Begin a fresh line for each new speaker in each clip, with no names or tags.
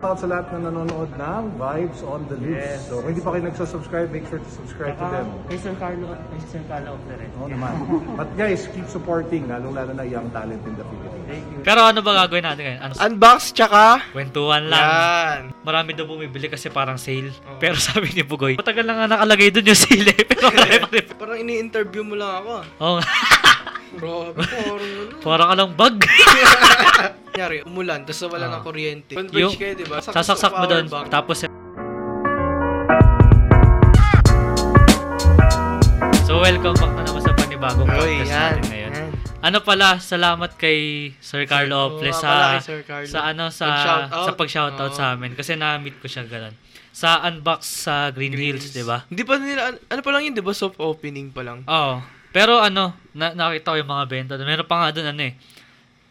out sa lahat na nanonood ng Vibes on the Loose.
Yes.
So kung hindi pa kayo nagsasubscribe, make sure to subscribe
Ah.
to them.
Ah, Kay Sir Carlo at kay Sir Carlo of the Red.
Oo naman. But guys, keep supporting, lalong-lalo na young talent in the Philippines.
Thank you.
Pero ano ba gagawin natin ngayon? Ano,
Unbox tsaka...
kwentuhan lang.
Yan.
Marami daw bumibili kasi parang sale.
Oh.
Pero sabi ni Bugoy, matagal na nga nakalagay dun yung sale eh. Pero wala pa rin.
Parang ini-interview mo lang ako.
Oo nga.
Bro, porno.
Parang ka lang bag.
Kunyari, umulan, tapos wala
Ah.
ng kuryente.
Yung-
Converge kayo, di ba?
Sasaksak mo dun. Tapos eh. So welcome back na naman sa panibagong
Oy,
podcast
yan.
natin ngayon.
yan.
Ano pala, salamat kay Sir Carlo
Oo,
Oples
nga pala
sa
kay Sir Carlo.
sa ano sa
Pag-shoutout.
sa pag-shoutout
Oo.
sa amin kasi na-meet ko siya ganun. Sa unbox sa Green, Hills, diba? 'di ba?
Hindi pa nila, an- ano pa lang yun, di ba? Soft opening pa lang.
Oo. Pero ano, na- nakita ko yung mga benta. doon. Meron pa nga doon ano eh.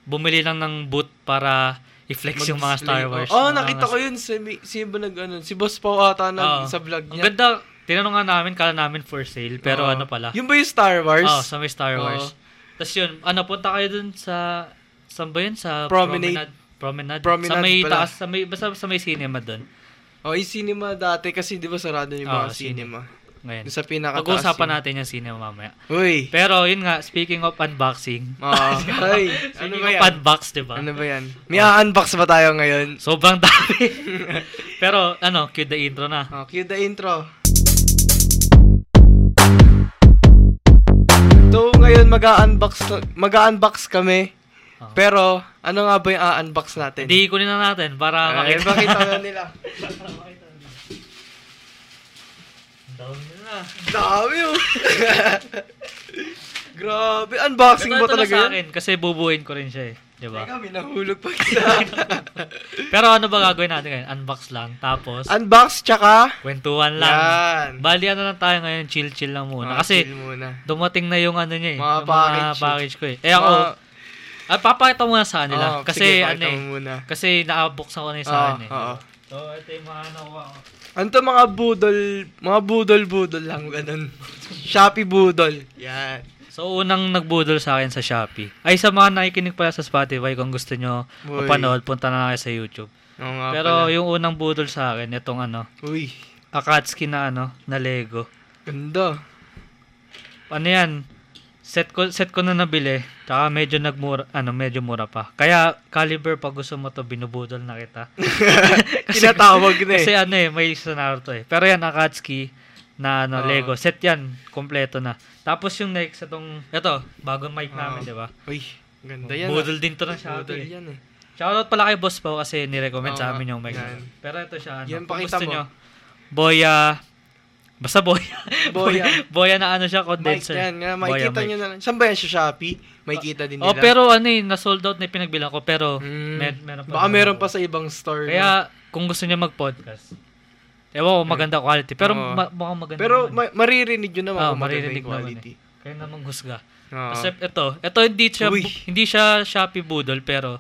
Bumili lang ng boot para i-flex yung mga Star Wars.
Oo, oh,
Mga-
nakita ko yun. Si, si, ba nag, ano, si Boss Pau ata nag,
Oo.
sa vlog niya.
Ang ganda, tinanong nga namin, kala namin for sale. Pero
Oo.
ano pala.
Yun ba yung Star Wars?
Oo, Oh, sa may Star
Oo.
Wars. Tapos yun, ano, punta kayo dun sa, saan ba yun? Sa
Promenade.
Promenade.
Promenade
sa may
pala.
taas, sa may, basta sa may cinema dun.
Oh, yung cinema dati kasi di ba sarado yung
Oo,
mga cinema.
Ngayon.
Doon Sa pinakataas.
Pag-uusapan
yun.
natin yung cinema mamaya.
Uy.
Pero yun nga, speaking of unboxing.
Ah, ay,
speaking
ano ba
of
yan?
unbox, di ba?
Ano ba yan? May unbox ba tayo ngayon?
Sobrang dami. Pero ano, cue the intro na.
Oh, cue the intro. So, ngayon mag-unbox mag-unbox kami.
Ah.
Pero ano nga ba yung unbox natin?
Hindi, ah, kunin na natin para
Ay,
makita.
bakit ano nila? Dami oh. Grabe, unboxing
Ito,
mo
ito na
talaga
sa
yun?
akin, kasi bubuin ko rin siya eh. Di ba?
Teka, may nahulog pa kita.
Pero ano ba gagawin natin ngayon? Unbox lang. Tapos,
unbox tsaka
kwentuhan lang.
yan.
Bali, ano lang tayo ngayon, chill-chill lang muna.
Ah,
kasi,
chill muna.
dumating na yung ano niya eh.
Mga
yung
package eh.
package ko eh. Eh ako,
Mga-
ah, papakita muna sa kanila.
Oo,
kasi,
oh, sige,
ano
pakita
eh.
mo muna. Ah,
Kasi naabuksan ko na yung sa akin eh.
Oo, oo.
So, ito yung mga nakuha ko.
Ano to, mga budol, mga budol-budol lang, ganun. Shopee budol. Yan.
So, unang nagbudol sa akin sa Shopee. Ay, sa mga nakikinig pala sa Spotify, kung gusto nyo
Uy.
mapanood, punta na kayo sa YouTube.
Oo nga
Pero
pala.
yung unang budol sa akin, itong ano,
Uy,
Akatsuki na ano, na Lego.
ganda.
Ano yan? Set ko set ko na nabili. Tsaka medyo nagmura, ano, medyo mura pa. Kaya caliber pag gusto mo to binubudol na kita.
Kinatawag na eh.
Kasi ano eh, may isa Naruto eh. Pero yan Akatsuki na ano,
Oo.
Lego. Set yan, kompleto na. Tapos yung next itong ito, bagong mic namin,
Oo.
'di ba?
Uy, ganda yan.
Budol din to
ah.
ng Shopee.
Budol
eh.
yan eh.
Shoutout pala kay Boss Pao kasi nirecommend
Oo
sa
nga,
amin yung mic.
yan.
Pero ito siya, ano,
Yan,
kung
pakita
gusto
mo.
nyo, Boya, basta Boya.
Boya.
Boya na ano siya,
Mic
condenser.
yan, nga,
Boya
makikita
mic.
nyo na lang. Saan ba yan sa Shopee? Makikita din nila.
Oh, pero ano eh, na-sold out na yung pinagbilang ko, pero
Hmm.
mer- meron pa.
Baka
naman
meron
ako.
pa sa ibang store. no?
Kaya, kung gusto niya mag-podcast, ewan ko, maganda quality. Pero
Oo.
ma- mukhang maganda
Pero
naman.
ma- maririnig nyo
Oo,
naman kung maganda
Ah, maririnig
yung
naman eh. Ah.
quality.
Kaya naman husga.
Oo.
Kasi ito, ito hindi siya,
Uy.
hindi siya Shopee budol, pero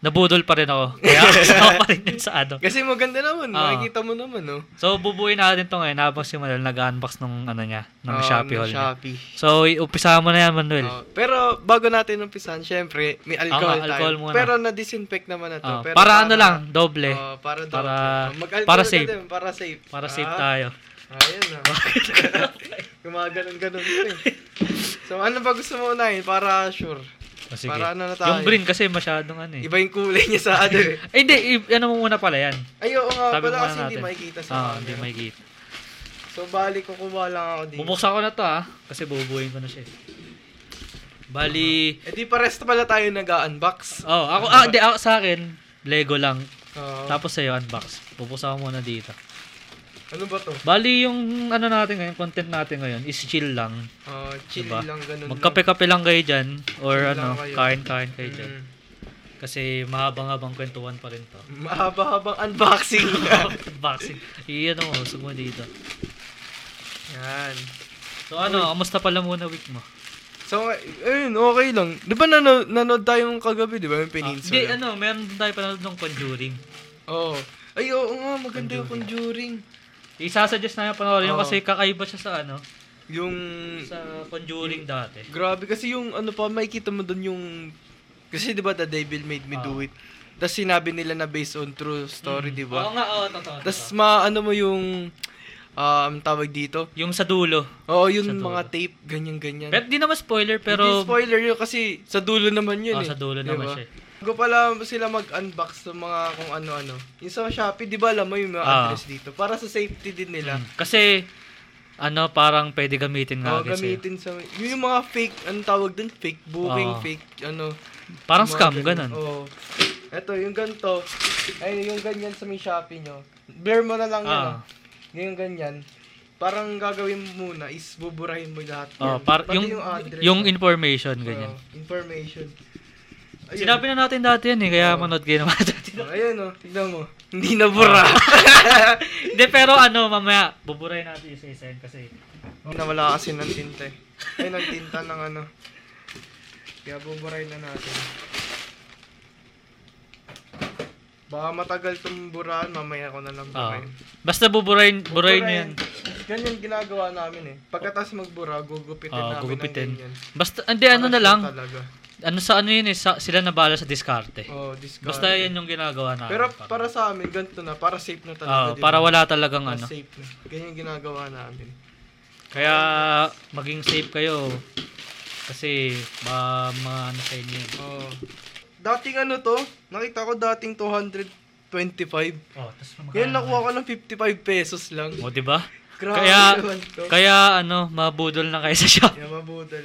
nabudol pa rin ako. Kaya, kasama pa rin yun sa ano.
Kasi maganda naman,
Oo.
makikita mo naman, no?
So, bubuin natin to ngayon habang si Manuel nag-unbox ng ano niya, ng
Oo,
Shopee
Ah, ng
haul niya.
Shopee.
So, i- umpisa mo na yan, Manuel.
Oo. Oh, pero bago natin umpisan, syempre, may alcohol,
Oo, alcohol
tayo.
muna.
Pero na-disinfect naman na to.
Ah,
Pero
para ano lang, doble.
Oo, para,
Para-
double. Mag-alcohol
para
ka
safe.
din, para safe.
Para safe
Ah,
tayo.
Ayun na. Gumaganon-ganon ko eh. So ano ba gusto mo unahin? Para sure.
O, sige.
Para ano na
Yung
tayo.
green kasi masyadong ano eh.
Iba yung kulay niya sa ano eh.
Eh, hindi, i- ano mo muna pala yan.
Ay, oo nga.
Tabi
Ah, Wala
muna
kasi hindi
natin.
makikita
Ah,
sa camera.
hindi makikita.
So bali, kukuha lang ako dito.
Bubuksan ko na to ah, kasi bubuuin ko na siya. eh. Bali,
Eh di pares pala tayo nag-unbox.
oh, ako, ah, hindi, ako sa akin, Lego lang.
Oo.
Tapos sa'yo, unbox. Bubuksan ko muna dito.
ano ba to?
Bali, yung ano natin ngayon, content natin ngayon is chill lang.
Ah, chill
Diba?
lang, ganun
Magkape-kape lang kayo dyan or
Chill
ano,
lang kayo.
kain-kain kayo
lang.
dyan.
Mm.
Kasi mahabang-habang kwentuhan pa rin to.
Mahaba-habang unboxing.
Boxing. Iyan mo, usog mo dito.
Yan.
So ano, kamusta pala muna week mo?
So, ayun, okay lang. Di ba nanood, nanood tayong kagabi, di ba? Yung
Ah, Hindi,
peninsula.
ano, meron din tayo panood ng Conjuring.
Oo. Ay, oo nga, maganda yung Conjuring.
Isasuggest na yung panoorin yun
Oo. Hmm.
kasi kakaiba siya sa ano,
Yung,
sa Conjuring dati. Ah.
grabe kasi yung ano pa, makikita mo doon yung, kasi di ba The Devil Made Me Do It. Tapos sinabi nila na based on true story, di ba?
Oo nga, oo, totoo.
Tapos
totoo.
maano mo yung um, tawag dito.
yung sa dulo.
Oo, yun
Sa dulo.
mga tape, ganyan-ganyan.
Pero di naman spoiler, pero...
Hindi spoiler yun kasi sa dulo naman yun
Oh,
eh.
sa dulo
Di
naman
ba?
siya eh.
Bago pala sila mag-unbox ng mga kung ano-ano. Yung sa Shopee, di ba alam mo yung mga
Ah.
address dito? Para sa safety din nila.
Mm. Kasi, ano, parang pwede gamitin nga
Oo,
agad sa'yo.
gamitin sa... Yun yung mga fake, ano tawag dun? Fake booking,
Oo.
fake ano.
Parang
yung mga
scam, ganun.
Oo. Eto, yung ganito. Ay, yung ganyan sa may Shopee nyo. Blur mo na lang yun.
Ah.
ah. Yung ganyan. Parang gagawin mo muna is buburahin mo lahat.
Oh,
yun.
par-
Pati
yung,
address.
yung information, ganyan.
Oo, information. Ayun.
Sinabi na natin dati yan eh, kaya manood kayo naman dati.
Oh, Ayan o, tignan mo. Hindi na bura.
Hindi, pero ano, mamaya, buburay natin yung isa kasi...
Nawala kasi ng tinta eh. Ay, ng tinta ng ano. Kaya buburay na natin. Baka matagal itong buraan, mamaya ko na
Oo.
lang burahin.
Basta buburayin, burayin nyo Ah, yan.
Yan yung ginagawa namin eh. Pagkatas magbura, gugupitin
Oo,
namin
Ah, gugupitin.
ng ganyan.
Basta, hindi, ano na lang.
Talaga.
Ano sa ano yun eh, sa, sila na bahala sa diskarte.
Oh, discard.
Basta yan yung ginagawa namin.
Pero
parang.
para sa amin, ganito na. Para safe na
Oo,
talaga. di ba?
Ah, para wala talagang
Para
ano.
safe na. Ganyan yung ginagawa namin.
Kaya maging safe kayo. Kasi ba mga ano sa inyo. yun.
Oh. Dating ano to, nakita ko dating 225.
Oh, tas
Ngayon nakuha ko ng 55 pesos lang.
O, di ba?
Grabe
Kaya
naman to.
kaya ano, mabudol na kayo sa shop.
Kaya mabudol.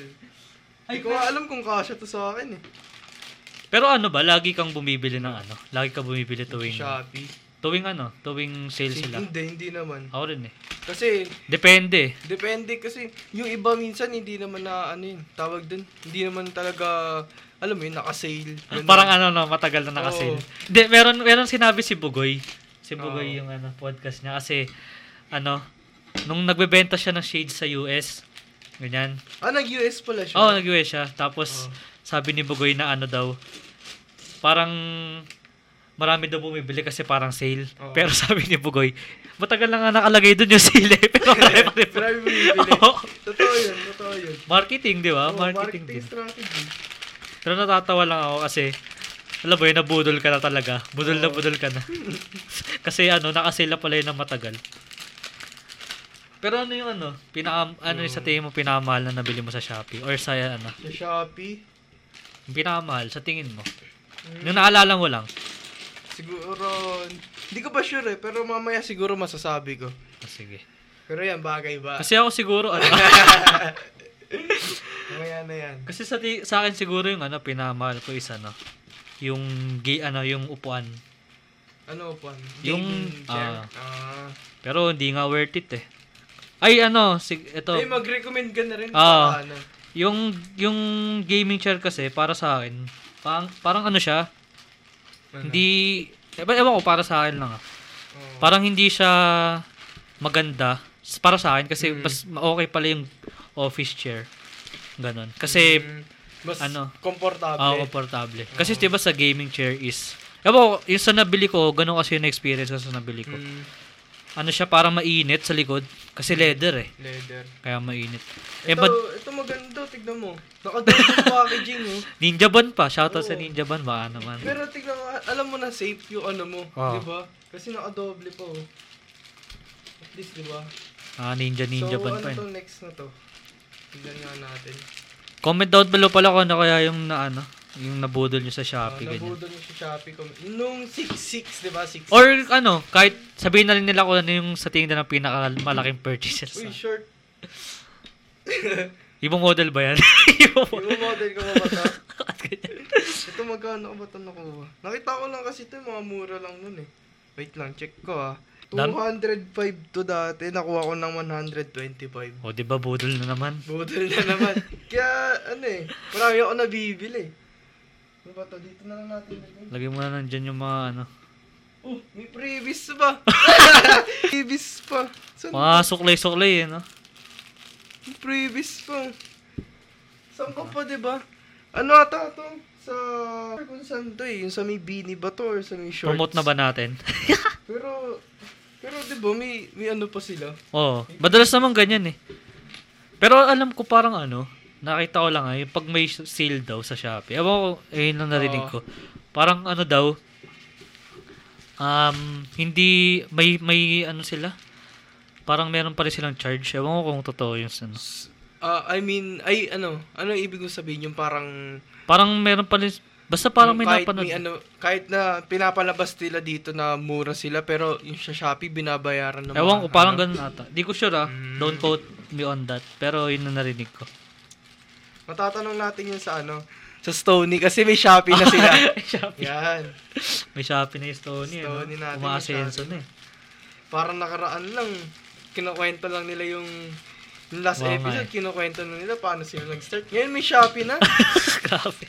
Hindi ko nga alam kung kasya to sa akin eh.
Pero ano ba, lagi kang bumibili ng ano? Lagi ka bumibili tuwing
Shopee.
tuwing ano, tuwing sale sila.
Hindi, hindi naman.
Ako rin eh.
Kasi,
Depende.
depende kasi. Yung iba minsan hindi naman na ano yun, tawag dun. Hindi naman talaga, alam mo yun, nakasale. Ganun.
Parang ano no, matagal na naka-sale.
Oo.
Hindi, meron meron sinabi si Bugoy. Si Bugoy
Oo.
yung ano podcast niya kasi ano nung nagbebenta siya ng shades sa US, ganyan.
Ah, nag-US pala siya.
Oo, oh, nag-US siya. Tapos, sabi ni Bugoy na ano daw, parang marami daw bumibili kasi parang sale.
Oo.
Pero sabi ni Bugoy, matagal na nga nakalagay doon yung sale eh. Pero marami pa rin.
Marami bumibili.
Oo.
Totoo yun, totoo yun.
Marketing, di ba?
Oh,
marketing, din.
strategy.
Pero natatawa lang ako kasi, alam mo yun, nabudol ka na talaga. Budol na budol ka na. kasi ano, nakasale na pala yun ng matagal. Pero ano yung ano, pinaka, ano yung sa tingin mo pinakamahal na nabili mo sa Shopee? Or sa ano,
Sa Shopee,
Yung pinakamahal sa tingin mo? Yung naalala mo lang.
Siguro, hindi ko pa sure eh, pero mamaya siguro masasabi ko.
Ah, sige.
Pero yan, bagay ba?
Kasi ako siguro, ano,
Mamaya na yan.
kasi sa, ti- sa akin siguro yung ano, pinamahal ko is ano, yung, gi, ano, yung upuan.
Ano po?
Yung,
Gaming chair.
ah.
Ah.
Pero hindi nga worth it eh. Ay ano, sig, ito,
Ay, Ah. Eh, mag-recommend ka na rin.
Ah.
Ano.
yung, yung gaming chair kasi para sa akin, parang, parang ano siya,
Ano?
hindi, ewan, ewan ko para sa akin lang ah.
Oo.
Parang hindi siya maganda s- para sa akin kasi
Mm.
mas okay pala yung office chair. Ganon. Kasi
Mm, mas
ano?
komportable.
Ah, komportable. Kasi 'di ba sa gaming chair is Ewan ko, yung sa nabili ko, ganun kasi yung experience ko sa nabili ko.
Mm,
Ano siya, parang mainit sa likod. Kasi leather eh.
leather.
Kaya mainit. Eh,
Ito,
but
ito maganda, tignan mo. Nakadagdag packaging oh.
Ninja Ban pa. Shoutout sa
Oo.
Ninja Ban. Baka naman.
Pero tignan mo, alam mo na safe yung ano mo,
Ah.
di ba? Kasi nakadoble pa oh. At least, di ba?
Ah, Ninja Ninja
so,
Ban
ano
pa. yun.
to next na to? Tignan nga natin.
Comment down below pala kung ano kaya yung na ano, yung nabudol nyo sa
Ah,
Shopee. ganyan.
nabudol niya sa Shopee. Com- Nung 6-6, di ba? 6
Or ano, kahit sabihin na rin nila kung ano yung sa tingin na ng pinakamalaking purchases.
Uy, short.
Ibang model ba yan? Ibang model.
Yung model ko ba to? Ito magkano ko ba ito nakuha? Nakita ko lang kasi ito, mga mura lang nun eh. Wait lang, check ko ah.
Dam-
205 to dati, nakuha ko ng 125.
O, di ba budol na naman?
Budol na naman. Kaya, ano eh, marami ako nabibili. Ano ba to? Dito na lang natin. lagay.
Lagay mo na nandyan yung mga ano.
Oh, may previous ba? previous pa. Saan
Mga suklay-suklay eh, no?
Previous pa. Saan ka pa, di ba? Ano ata to? Sa... Kung saan to eh. Yung sa may beanie ba to or sa may shorts?
Promote na ba natin?
Pero... Pero di ba, may, may ano pa sila?
Oo. Madalas naman ganyan eh. Pero alam ko parang ano, nakita ko lang eh, pag may sale daw sa Shopee. Ewan ko, eh, yun ang narinig ko. Parang ano daw, Um, hindi, may, may ano sila? Parang meron pa rin silang charge. Ewan ko kung totoo yun. Ano.
Ah, I mean, ay ano, ano ibig kong sabihin yung parang
Parang meron pa rin, basta parang may
kahit
napanood.
may ano, kahit na pinapalabas nila dito na mura sila pero yung sa Shopee binabayaran ng
Ewan
mga-
ko, parang
ano. Mm.
ganun ata. Di ko sure ah. Don't quote me on that. Pero yun na narinig ko.
Matatanong natin yun sa ano, sa Stony kasi may Shopee na sila.
Shopee.
Yan.
May Shopee na yung Stony. eh, no?
Stony natin, may
Umaasenso
Shopee.
na eh.
Parang nakaraan lang kinukwento lang nila yung yung last
Oo nga
episode,
eh.
kinukwento na nila paano sila nag-start. Ngayon may Shopee na.
Grabe.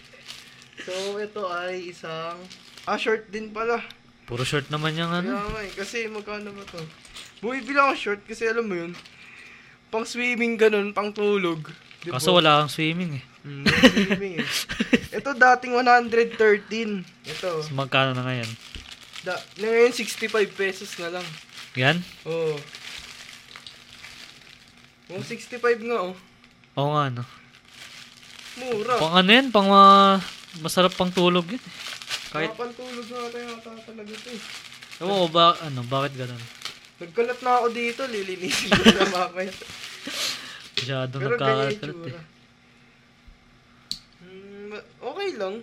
so, ito ay isang... Ah, short din pala.
Puro short naman yung ano.
Kaya nga eh, kasi magkano ba to? Bumibili ako ng short kasi alam mo yun, pang swimming ganun, pang tulog. Di ba?
Kaso wala kang swimming eh.
Mm, pang swimming eh. Ito dating 113. Ito.
So, magkano na ngayon?
Da, na ngayon 65 pesos na lang.
Yan?
Oo. Oh. oh, 65 nga oh.
Oo nga ano.
Mura.
Pang ano yan? Pang ma- masarap pang tulog yun. eh. Kahit,
Kapantulog na tayo ata talaga to eh.
ewan ko ba, ano, bakit ganun?
Nagkalat na ako dito, lilinisin ko na mamaya.
Masyado
Pero ganyan yung
nagkakalat
tsura.
eh.
Mm, okay lang.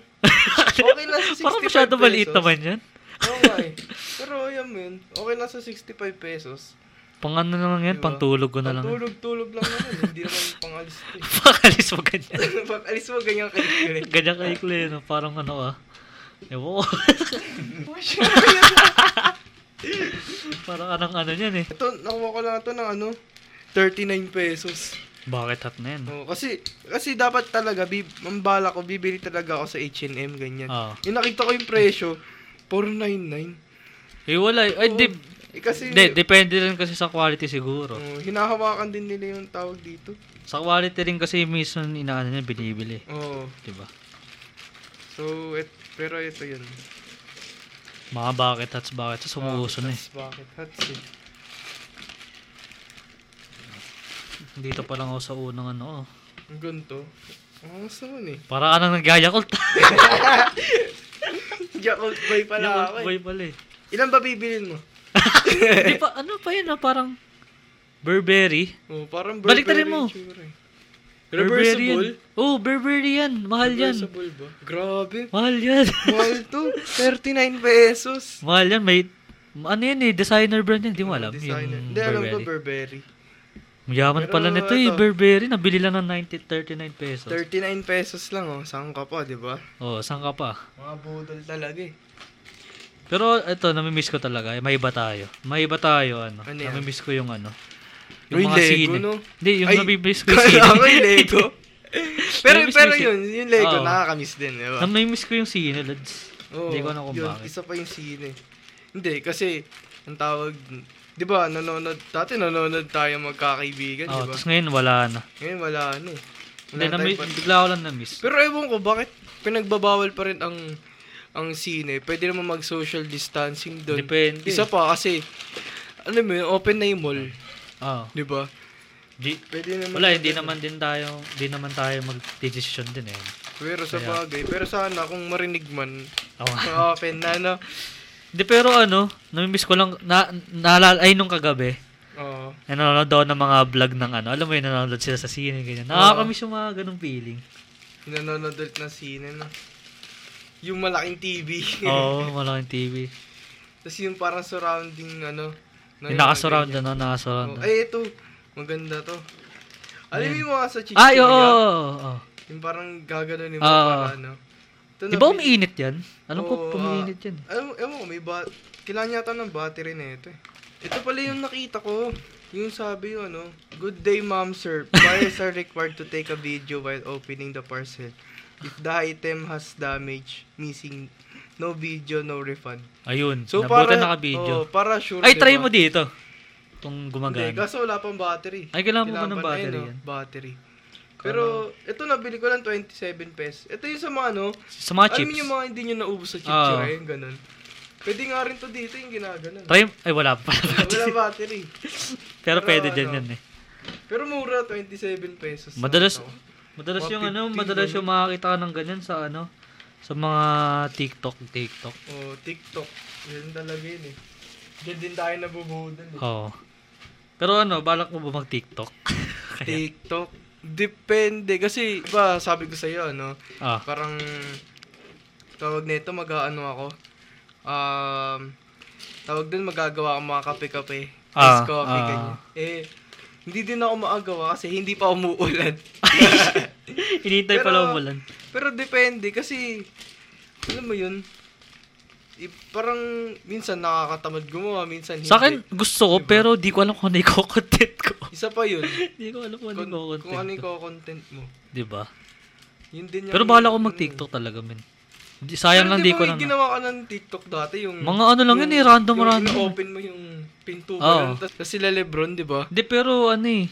okay lang sa 65
Parang masyado
pesos.
maliit naman yan.
Okay. Pero yan yun. Okay lang sa 65 pesos.
Pang ano na lang yan,
Diba?
pang tulog ko na lang. yan.
Tulog-tulog lang naman. eh. Hindi naman pangalis to eh.
Pakalis mo ganyan.
Pag alis mo, ganyan kayo.
Ganyan kaikli, no? parang ano ah. Ewan ko. parang anang ano yan eh.
Ito, nakuha ko lang ito ng ano, 39 pesos.
Bakit hot na yan?
Oh, kasi kasi dapat talaga bib mambala ko bibili talaga ako sa H&M ganyan.
Oo.
Yung nakita ko yung presyo 499.
Eh wala, eh. ay
Oo.
di,
Eh, kasi
de, depende rin kasi sa quality siguro.
oh, hinahawakan din nila yung tawag dito.
Sa quality rin kasi mismo inaano niya binibili, diba?
Oo.
'di ba?
So, et, pero ito yun.
Mga bucket hats, bucket hats, sumuuso na eh.
Bakit, bakit hats eh?
Dito pa lang ako sa unang ano. oh.
Ang ganito. Ang angas naman eh.
Para anang nagyayakult.
Yakult boy pala ako
Yakult
eh.
boy pala eh.
Ilan ba bibilin mo?
Di pa, ano pa yun ah, parang Burberry.
Oh, parang
Balik na rin
Burberry
mo.
yung tsura eh.
Burberry yan.
Reversible?
Oh, Burberry yan. Mahal yan.
Reversible ba? Grabe.
Mahal yan.
Mahal to. 39 pesos.
Mahal yan. May, ano yan eh, designer brand yan. Di mo alam.
Ano Designer.
Yung
Hindi, alam ko
Burberry.
Burberry.
Mayaman
Pero ano
pala nito eh,
ito.
Burberry. Nabili lang ng 90, 39 pesos.
39 pesos lang oh. Saan ka pa, di ba?
Oh, saan ka pa?
Mga budol talaga eh.
Pero ito, namimiss ko talaga. May iba tayo. May iba tayo, ano.
Ano yan?
namimiss ko yung ano.
Yung Lego, no?
Hindi, yung
Ay,
namimiss ko yung
Kaya ako
sine.
yung Lego. pero
Namimiss
pero
ko yung
yun, yung Lego,
Oo.
nakakamiss din, di ba?
namimiss ko yung sine, lads.
Oo,
Hindi ko alam kung
yun,
bakit.
Isa pa yung sine. Hindi, kasi, ang tawag, di ba, nanonood, dati nanonood tayo magkakaibigan,
Oh,
di ba?
tapos ngayon wala na.
Ngayon, wala ano eh. Wala
Hindi, nami-
tayong pa-
bigla ko lang na-miss.
Pero ewan ko, bakit pinagbabawal pa rin ang ang sine? Pwede naman mag-social distancing doon.
Depende.
Isa pa, kasi, ano mo yun, open na yung mall,
Oh,
di ba?
di,
Pwede naman.
wala, hindi naman din tayo, hindi naman tayo mag-decision din eh.
Pero sa
Kaya-
bagay, pero sana kung marinig man,
Oo nga.
open na, no?
Hindi, pero ano, namimiss ko lang, na, naalala, ay nung kagabi,
Oo.
nanonood daw ng mga vlog ng ano, alam mo yun, nanonood sila sa sine, ganyan. Nakakamiss yung mga ganung feeling.
Nanonood ulit ng sine, no? Yung malaking TV.
Oo, oh, malaking TV.
Tapos yung parang surrounding, ano?
Yung nakasurround, ano, nakasurround.
Oh, ay, ito. Maganda to. Alam mo yung mga sa chichirya?
Ay, oo, oo, oo.
Yung parang gagano ni mo
Ah.
para ano. Ito
Di ba
na-
umiinit yan? Alam ko,
Oo,
pumiinit yan. eh.
ah, Ewan, ewan ko, may ba... Kailangan yata ng battery na ito eh. Ito pala yung nakita ko. Yung sabi yun, ano, Good day, ma'am, sir. Buyers are required to take a video while opening the parcel. If the item has damage, missing, no video, no refund.
Ayun,
So, para...
nabutan na ka-video.
Oo, para sure,
Ay, try mo
diba?
dito. Itong
Hindi,
gumagana.
kaso wala pang battery.
Ay, kailangan mo ba ng
pa na yun,
battery
no?
yan?
Battery. Pero, ito nabili ko lang 27 pesos. Ito yung sa mga ano,
Sa mga
alam
chips. Ah.
niyo yung mga hindi nyo naubos sa
Oo.
chichira, yung ganun. Pwede nga rin to dito, yung ginaganon.
Try, ay wala pa pala.
Wala battery.
Pero
Pero
pwede
ano,
din yan eh.
Pero mura, 27 pesos. lang
Madalas,
ito.
madalas yung ano,
150
madalas yung makakita ka ng ganyan sa ano, sa mga TikTok, TikTok.
Oh, TikTok. Yan talaga yun eh. Diyan din tayo nabubudol eh.
Oo. Pero ano, balak mo ba mag-TikTok?
TikTok. Depende. Kasi, ba sabi ko sa'yo, ano,
Ah,
parang, tawag nito, mag-ano ako, um, tawag din, magagawa ako mga kape-kape.
Ah,
Ice coffee,
ah.
ganyan. Eh, hindi din ako maagawa kasi hindi pa umuulan.
inintay
Pero-
pala umulan.
Pero depende kasi, alam mo yun, i- parang minsan nakakatamad gumawa, minsan hindi.
Sa akin, gusto ko, pero di ko alam kung ano yung content ko.
Isa pa yun.
di ko alam kung ano
kung,
yung
kung ano
content
yung
ko.
content mo.
Diba?
Yun din ano yung-
Pero bahala ko mag-Tiktok talaga, men. Di- Sayang
Pero
lang,
di
di
ba
ko
may
lang.
ginawa ka ng TikTok dati yung...
Mga ano lang yun eh, random, random.
Yung open mo yung pinto
Oo.
ba yun? Tas- Tas sila Lebron, di ba?
Hindi, pero ano eh.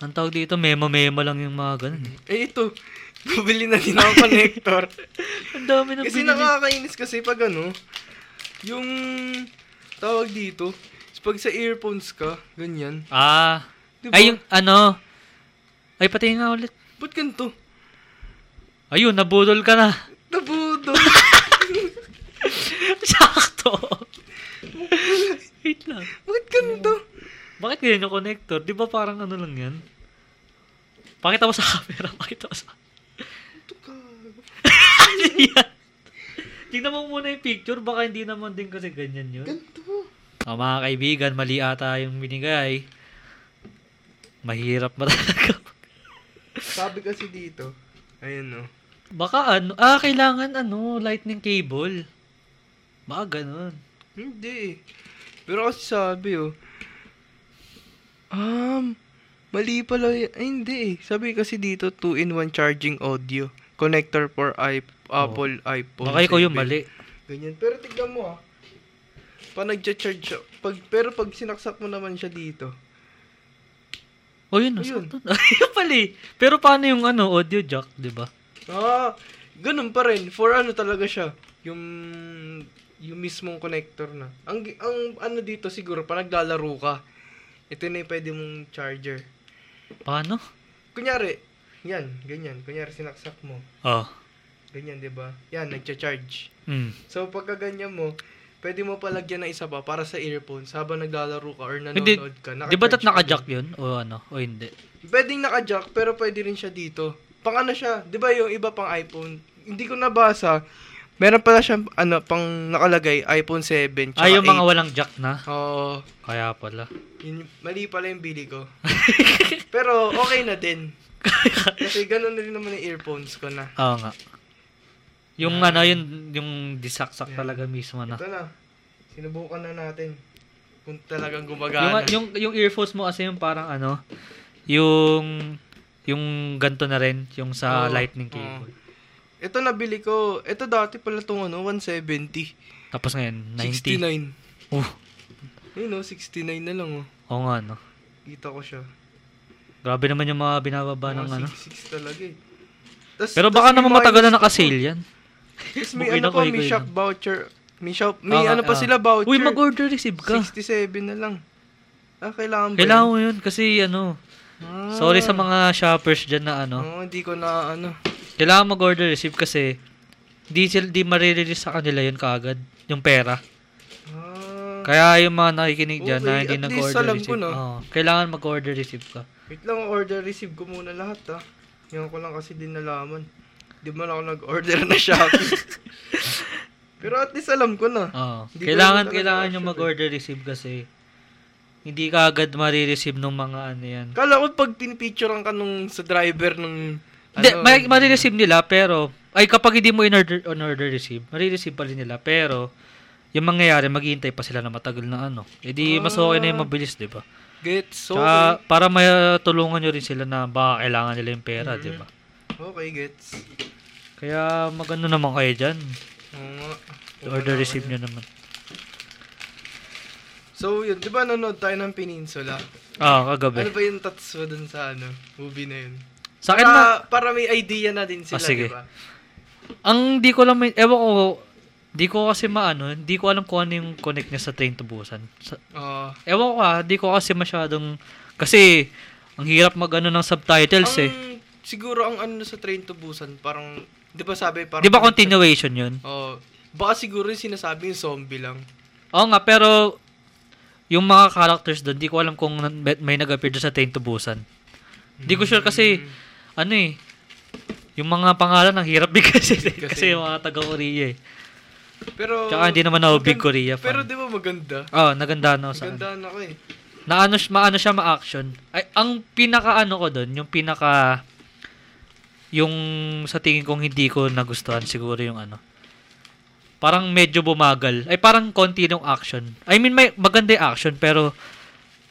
Ang tawag dito, memo-memo lang yung mga ganun eh.
Eh ito, bumili na din ako connector.
Ang dami ng
kasi
binili.
nakakainis kasi pag ano, yung tawag dito, pag sa earphones ka, ganyan.
Ah.
Di ba?
Ay, yung ano. Ay, pati nga ulit.
Ba't ganito?
Ayun, nabudol ka na.
Nabudo!
Sakto. Wait lang.
Ba't ganito?
Bakit ganyan yung connector? Di ba parang ano lang yan? Pakita mo sa camera. Pakita mo sa... ano yan? Tingnan mo muna yung picture. Baka hindi naman din kasi ganyan yun. Oh, mga kaibigan, mali ata yung binigay. Mahirap ba talaga?
Sabi kasi dito, ayun o.
Baka ano, ah, kailangan ano, lightning cable. Baka ganun.
Hindi eh. Pero kasi sabi oh. Um, mali pala y- Ay, hindi eh. Sabi kasi dito 2-in-1 charging audio. Connector for i- Apple iPhone.
Oh. Baka ikaw yung
Sabi.
mali.
Ganyan. Pero tignan mo ah. Pa nagcha-charge siya. Pag, pero pag sinaksak mo naman siya dito.
O Oh, yun,
Ayun.
ayun. ayun pala eh. Pero paano yung ano, audio jack, di ba?
Ah, ganun pa rin. For ano talaga siya. Yung yung mismong connector na. Ang, gi- ang ano dito siguro, pa naglalaro ka. Ito na yung pwede mong charger.
Paano?
Kunyari, yan, ganyan. Kunyari, sinaksak mo.
Oh.
Ganyan, di ba? Yan, nagcha-charge.
Mm.
So, pagka ganyan mo, pwede mo palagyan ng isa pa para sa earphones habang naglalaro ka or
Hindi,
nanonood ka.
di ba tat
naka-charge ka
naka-jack yun? O ano, o hindi.
din. Pwedeng naka-jack, pero pwede rin siya dito. Pang ano siya, di ba yung iba pang iPhone? Hindi ko nabasa. Meron pala siyang, ano, pang nakalagay, iPhone 7, tsaka
Ah, yung mga
8.
walang jack na?
Oo.
Kaya pala.
Yun, yung- mali pala yung bili ko. pero, okay na din. Kasi ganun na rin naman yung earphones ko na.
Oo nga. Yung ano, yun, yung disaksak talaga mismo na.
Ito na. Sinubukan na natin. Kung talagang
Yung,
gumagana.
yung, yung earphones mo kasi yung parang ano, yung, yung ganto na rin, yung sa
Oo,
ah, lightning
oo.
cable.
Ito nabili ko. Ito dati pala itong ano, 170.
Tapos ngayon, 90.
69.
Oh,
Ayun o, 69 na lang oh.
oo nga no.
Kita ko siya.
Grabe naman yung mga binababa ng
Mga
ano.
66 talaga eh. Tas-
Pero
tas
baka
may
naman matagal na
minus-
nakasale yan.
tas may
Bukoy
ano
na
pa,
ko,
may
ikaw
shop
yun.
voucher. May shop, may
Ah,
ano pa
ah.
sila voucher.
Uy, mag-order receive ka.
67 na lang. Ah, kailangan ba yun?
Kailangan mo yun kasi ano,
Ah.
sorry sa mga shoppers dyan na ano.
Oo, hindi ko na ano.
Kailangan mag-order receive kasi di, sil- di marirelease sa kanila yun kaagad, yung pera.
Ah,
Kaya yung mga nakikinig dyan
Okay,
na hindi
at least
nag-order
alam ko,
receive.
no?
oo. kailangan mag-order receive ka.
wait lang, order receive ko muna lahat ah. Yan ko lang kasi din nalaman. Di man ako nag-order na Shopee. Pero at least alam ko na.
Oo.
Hindi ko
Kailangan,
naman talaga
kailangan yung
na-shop, eh.
mag-order receive kasi hindi ka agad marireceive ng mga ano yan.
Kala ko pag pinipicturean ka nung sa driver nung
Hindi,
ano?
ma- marireceive nila pero ay kapag hindi mo in-order on order receive, marireceive pa rin nila pero yung mangyayari maghihintay pa sila na matagal na ano. Eh di mas okay
Ah.
na yung mabilis, 'di ba?
Gets. So, eh,
Tsaka, para matulungan nyo rin sila na baka kailangan nila yung pera,
Mhm.
'di ba?
okay, gets.
Kaya magano naman kayo diyan.
Oo nga.
Order receive nyo naman.
So, yun. Di ba nanood tayo ng Peninsula?
Ah,
Ano
kagabi.
ba yung tats mo dun sa ano, movie na yun?
Sa akin na,
Para, para may idea na din sila,
Ah, sige.
di ba?
ang di ko lang, may- ewan ko, di ko kasi maano, di ko alam kung ano yung connect niya sa train to Busan. Sa,
Oo.
Ewan ko ah, di ko kasi masyadong... Kasi, ang hirap magano ng subtitles eh.
Ang, siguro ang ano sa Train to Busan, parang, di ba sabi parang...
Di ba continuation yun?
Oo. Baka siguro yung sinasabi yung zombie lang.
Oo nga, pero yung mga characters doon, di ko alam kung nan- may- may nag-appear doon sa Train to Busan. Di ko sure kasi, ano eh, yung mga pangalan, ang hirap big kasi. kasi yung mga taga-Korea eh.
Pero...
Tsaka hindi naman ako big
Maganda-
Korea fan.
Pero di ba maganda?
Oo, naganda na ako sa ano.
Maganda na ako eh.
Na ano, siya- maano siya ma-action. Ay, ang pinaka ano ko doon, yung pinaka yung sa tingin kong hindi ko nagustuhan siguro yung ano. Parang medyo bumagal. Ay parang konti yung action. I mean may maganda yung action pero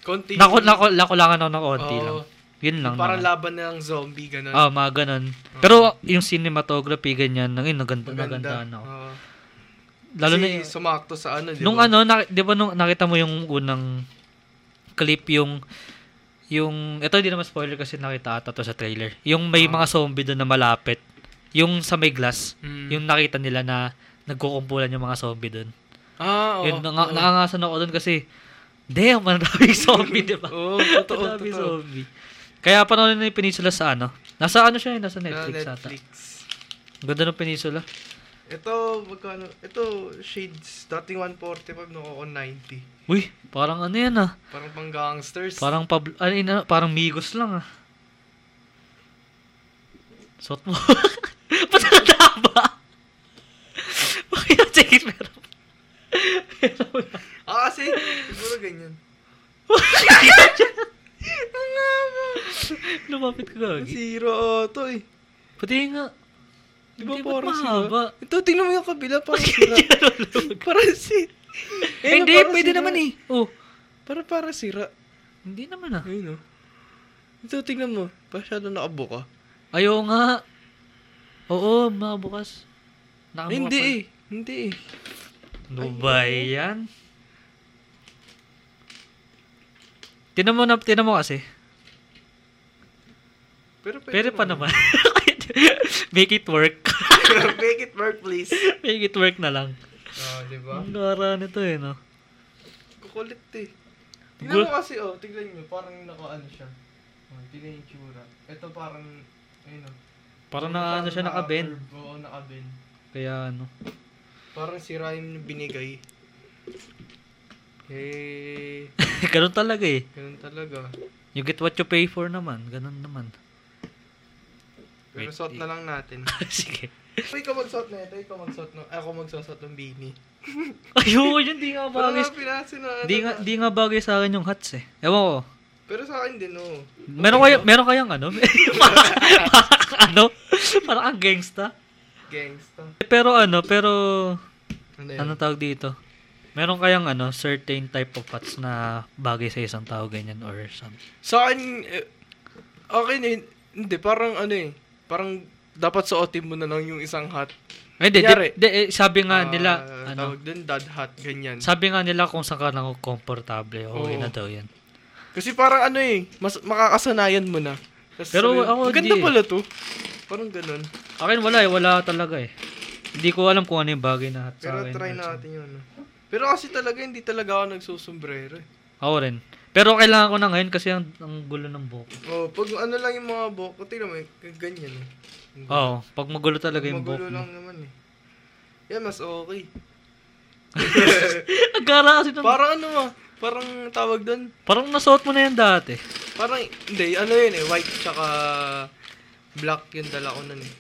Konti.
nako
yung-
nako nakulangan ako ng konti
Oo.
lang. Yun lang.
Parang
naman.
laban na ng zombie, ganun.
Ah, mga ganun. Pero yung cinematography ganyan, nangin naganda
Maganda.
nagandaan ako.
Oo.
Lalo na
Kasi sumakto sa ano, di
Nung
ba?
ano, na, di ba nung nakita mo yung unang clip yung yung ito hindi naman spoiler kasi nakita ata to sa trailer. Yung may
Ah.
mga zombie doon na malapit. Yung sa may glass,
Hmm.
yung nakita nila na nagkukumpulan yung mga zombie doon.
Ah, oo.
Yun, nang-
oo.
nakangasan ako doon kasi damn, ang daming zombie, di ba?
Oo, totoo,
Ang daming
totoo.
zombie. Kaya panoorin na yung Peninsula sa ano. Nasa ano siya, eh, nasa
Na
Netflix, ata.
Netflix.
Ganda ng Peninsula.
Ito, magkano? Ito, shades. Dating 145, nako ko 90.
Uy, parang ano yan ah.
Parang pang gangsters.
Parang Pablo, ano, yun, ano, parang Migos lang ah. Suot mo. Ba't ang taba? Bakit ang tingin meron?
Ah, kasi, siguro ganyan.
Lumapit ka gagi.
Zero auto eh.
Pati nga.
Di ba
Hindi, ba't
parang Eh,
mahaba?
zero? Ito, tingnan mo yung kabila, parang sira. parang sira.
Eh, hindi, pwede naman eh. Oh,
Parang parang sira.
hindi naman ah.
Ayun oh. Ito, tingnan mo. Pasyado nakabuka.
Ayaw nga. Oo, mga bukas. Nakamuha
Hindi
pala.
eh. Hindi eh.
Ano ba yan? Tinan mo, na, tinan mo kasi.
Pero
Pwede pa naman. Make it work.
Make it work, please.
Make it work na lang.
Ah, di ba?
Ang gara nito eh, no?
Kukulit eh.
Gul-
Tingnan mo kasi, oh. Tingnan mo. Parang nakaano siya. Oh, tingnan yung tsura. Ito parang, ayun oh.
Parang na ano siya nakabend.
naka-curve. Oo, naka-bend.
Kaya ano.
Parang sira yung binigay. Eh,
ganun talaga eh.
ganun talaga.
You get what you pay for naman. Ganun naman.
Pero
Wait,
suot na lang natin.
Sige.
Uy, ikaw magsuot na ito. Ikaw magsuot ng... Ako magsuot ng beanie.
Ayoko yun, di nga
Parang
bagay.
nga pinasin na ano
Di nga,
na.
di nga bagay sa akin yung hats eh. Ewan ko.
Pero sa akin din, oh.
Meron kayo, meron kayang ano? parang, parang ano? Parang ang gangsta.
Gangsta.
Pero ano, pero
Ano yun?
ano tawag dito? Meron kayang ano, certain type of hats na bagay sa isang tao ganyan or something.
Sa akin, eh, akin eh, hindi, parang ano eh, parang dapat suotin mo na lang yung isang hat.
Ay, di,
Kunyari,
di, di, eh, sabi nga nila,
Ah,
ano,
Tawag dun, dad hat, ganyan.
Sabi nga nila kung saan ka nang komportable, okay
Oo.
na daw yan.
Kasi parang ano eh, mas makakasanayan mo na. Tas
Pero
sabi mo,
ako
maganda
hindi eh."
pala to. Parang ganun.
Akin wala eh, wala talaga eh. Hindi ko alam kung ano yung bagay na
Pero
sa akin.
try natin yun. ah. Pero kasi talaga, hindi talaga ako nagsusombrero eh.
Ako rin. Pero kailangan ko na ngayon kasi ang, ang gulo ng buhok.
Oh, pag ano lang yung mga buhok, ko, tingnan mo, eh, ganyan eh.
Oo, pag magulo talaga yung buhok.
Magulo lang naman eh. Yan, mas okay.
Agara kasi nung...
Parang ano ah, parang tawag doon,
Parang nasuot mo na yan dati.
Parang, hindi, ano yun eh, white tsaka black yung dala ko nun eh.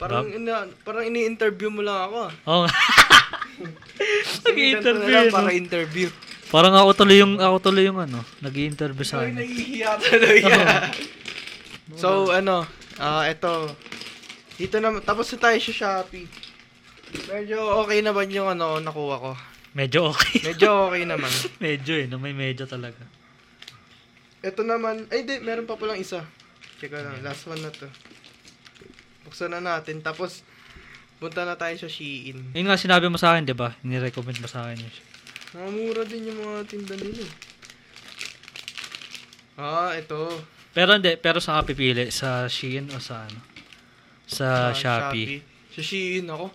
Parang, ina, parang ini-interview mo lang ako ah.
Oo.
Sinitan ko
Nag-interview.
na lang
no?
Para interview.
Parang ako tuloy yung, ako tuloy yung ano, nag-interview sa
Ay,
akin.
nahihiya talaga. so, ano, ah, eto. Dito na, tapos na tayo sa Shopee. Medyo okay naman yung ano, nakuha ko.
Medyo okay.
Medyo okay naman.
medyo eh, no? may medyo talaga.
Ito naman, ay di, meron pa palang isa. Teka lang, last one na to. Buksan na natin, tapos punta na tayo sa Shein.
Yun nga sinabi mo sa akin, di ba? Nirecommend mo sa akin yun.
Mga mura din yung mga tinda nila. eh. Ah, ito.
Pero hindi, pero saan ka pipili? Sa Shein o sa ano?
Ah,
Sa Shopee.
Sa Shein ako.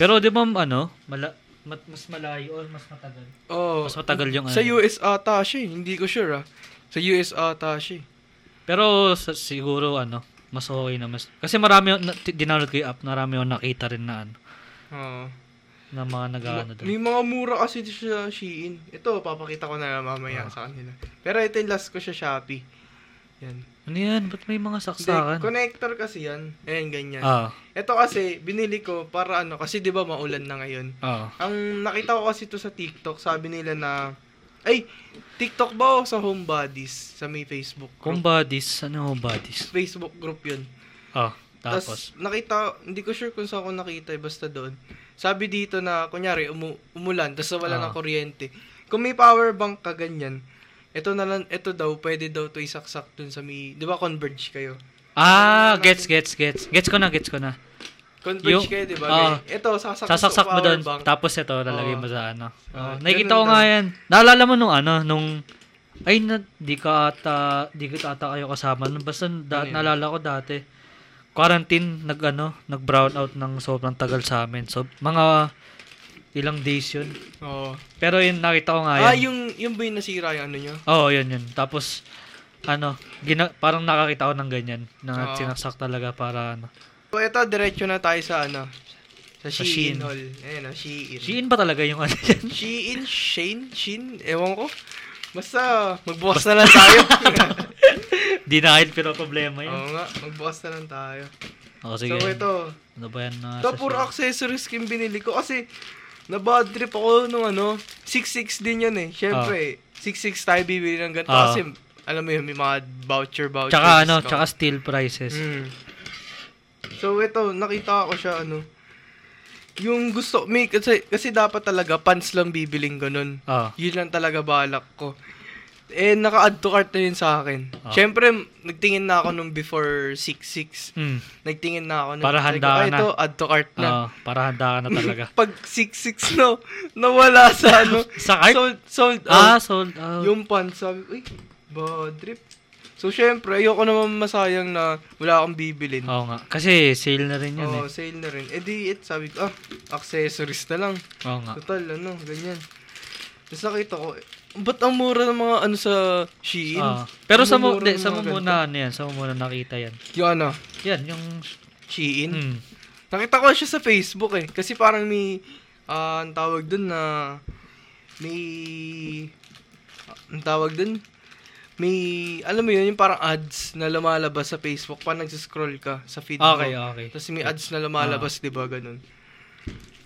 Pero di ba ano, mala, mat- mas malayo or mas matagal?
Oh,
Mas matagal yung
sa
ano.
US ata siya eh. Hindi ko sure ah. Sa US ata siya eh.
Pero sa, siguro ano, mas okay na mas... Kasi marami, yung- na, t- dinownload ko yung app, marami yung nakita rin na ano.
Oo.
na mga nag-ano doon.
May mga mura kasi siya Shein. Ito, papakita ko na lang
Ah.
mamaya sa kanila. Pero ito yung last ko siya Shopee. Yan.
Ano yan? Ba't may mga
Hindi,
saksakan?
connector kasi yan. Ayan, ganyan.
Ah,
Ito kasi, binili ko para ano, kasi di ba maulan na ngayon.
ah.
Ang nakita ko kasi to sa TikTok, sabi nila na, ay, TikTok ba o sa homebodies? Sa may Facebook
Kung
group.
bodies, ano ho bodies?
Facebook group yun.
Ah,
Tapos,
tapos.
nakita, hindi ko sure kung saan ko nakita, eh, basta doon. Sabi dito na, kunyari, umu- umulan, tapos wala
Ah.
ng kuryente. Kung may power bank ka ganyan, ito na lang, ito daw, pwede daw to isaksak dun sa may, di ba converge kayo?
Ah, gets, gets, gets. Gets ko na, gets ko na. Yung-
Converge kayo, di ba?
ah.
Ganyan. ito, sasaksak,
Sasaksak
sa
mo
power
doon,
bank.
tapos ito, lalagay
Oo.
mo sa ano.
Ah,
Oo, nakikita ko
ganun
nga
daw.
yan. Naalala mo nung ano, nung... Ay, na, di ka ata, di ka ata kayo kasama. nun. Basta da,
Ano yun?
naalala ko dati. Quarantine, nag ano, nag brown out ng sobrang tagal sa amin. So, mga ilang days yun.
Oo.
Pero yun, nakita ko nga yan.
Ah, yung, yung ba yung nasira yung ano nyo?
Oo, yun yun. Tapos, ano, gina- parang nakakita ko ng ganyan. Na
Oo.
sinaksak talaga para ano.
So, ito, diretso na tayo sa ano? Sa
Sa Shein.
Shein. All. Ayan, ah, Shein.
Shein ba talaga yung ano yan?
Shein? Shane? Shein? Ewan ko. Basta, magbukas na lang tayo.
Di na kahit pero problema yun.
Oo nga, magbukas na lang tayo.
Oo, sige.
So, ito.
Ano ba yan? na
Ito, puro accessories yung binili ko kasi na-bad trip ako nung ano. 6'6 din yun eh. Siyempre, 6'6 tayo bibili ng ganito
Ah.
kasi alam mo yun, may mga voucher-voucher.
Tsaka ano,
discount.
tsaka steel prices.
Mm. So ito, nakita ko siya ano. Yung gusto, may, kasi, kasi dapat talaga pants lang bibiling ganun.
Ah.
Yun lang talaga balak ko. Eh, naka-add to cart na yun sa akin.
Ah.
Siyempre, nagtingin na ako nung before 6-6.
Mm.
Nagtingin na ako. Nung,
Para handa ka na."
Ito, add to cart na.
Oo, para handa ka na talaga.
Pag 6-6 no, nawala sa ano.
Sa cart?
Sold, sold
ah,
out.
sold out.
Oh. Yung pants, sabi ko, uy, bad trip. So, syempre, ayoko naman masayang na wala akong bibilin.
Oo nga. Kasi sale na rin Ah, yun
Oo,
eh.
sale na rin. Eh di, it, sabi ko, ah, accessories na lang.
Oo nga.
Total, ano, ganyan. Tapos nakita ko, eh, ba't ang mura ng mga ano sa Shein?
Ah. pero
Ang
sa mo,
mura
de,
ng
sa
mga
mo
ganito.
muna ano yan, sa mo muna nakita yan.
Yung ano,
Yan, yung...
Shein.
Mm.
Nakita ko siya sa Facebook eh. Kasi parang may, ah, ang tawag dun na, may, ah, ang tawag dun, may, alam mo yun, yung parang ads na lumalabas sa Facebook pa nagsiscroll ka sa feed
Okay,
mo.
okay.
Tapos may ads na lumalabas, di ba, ganun.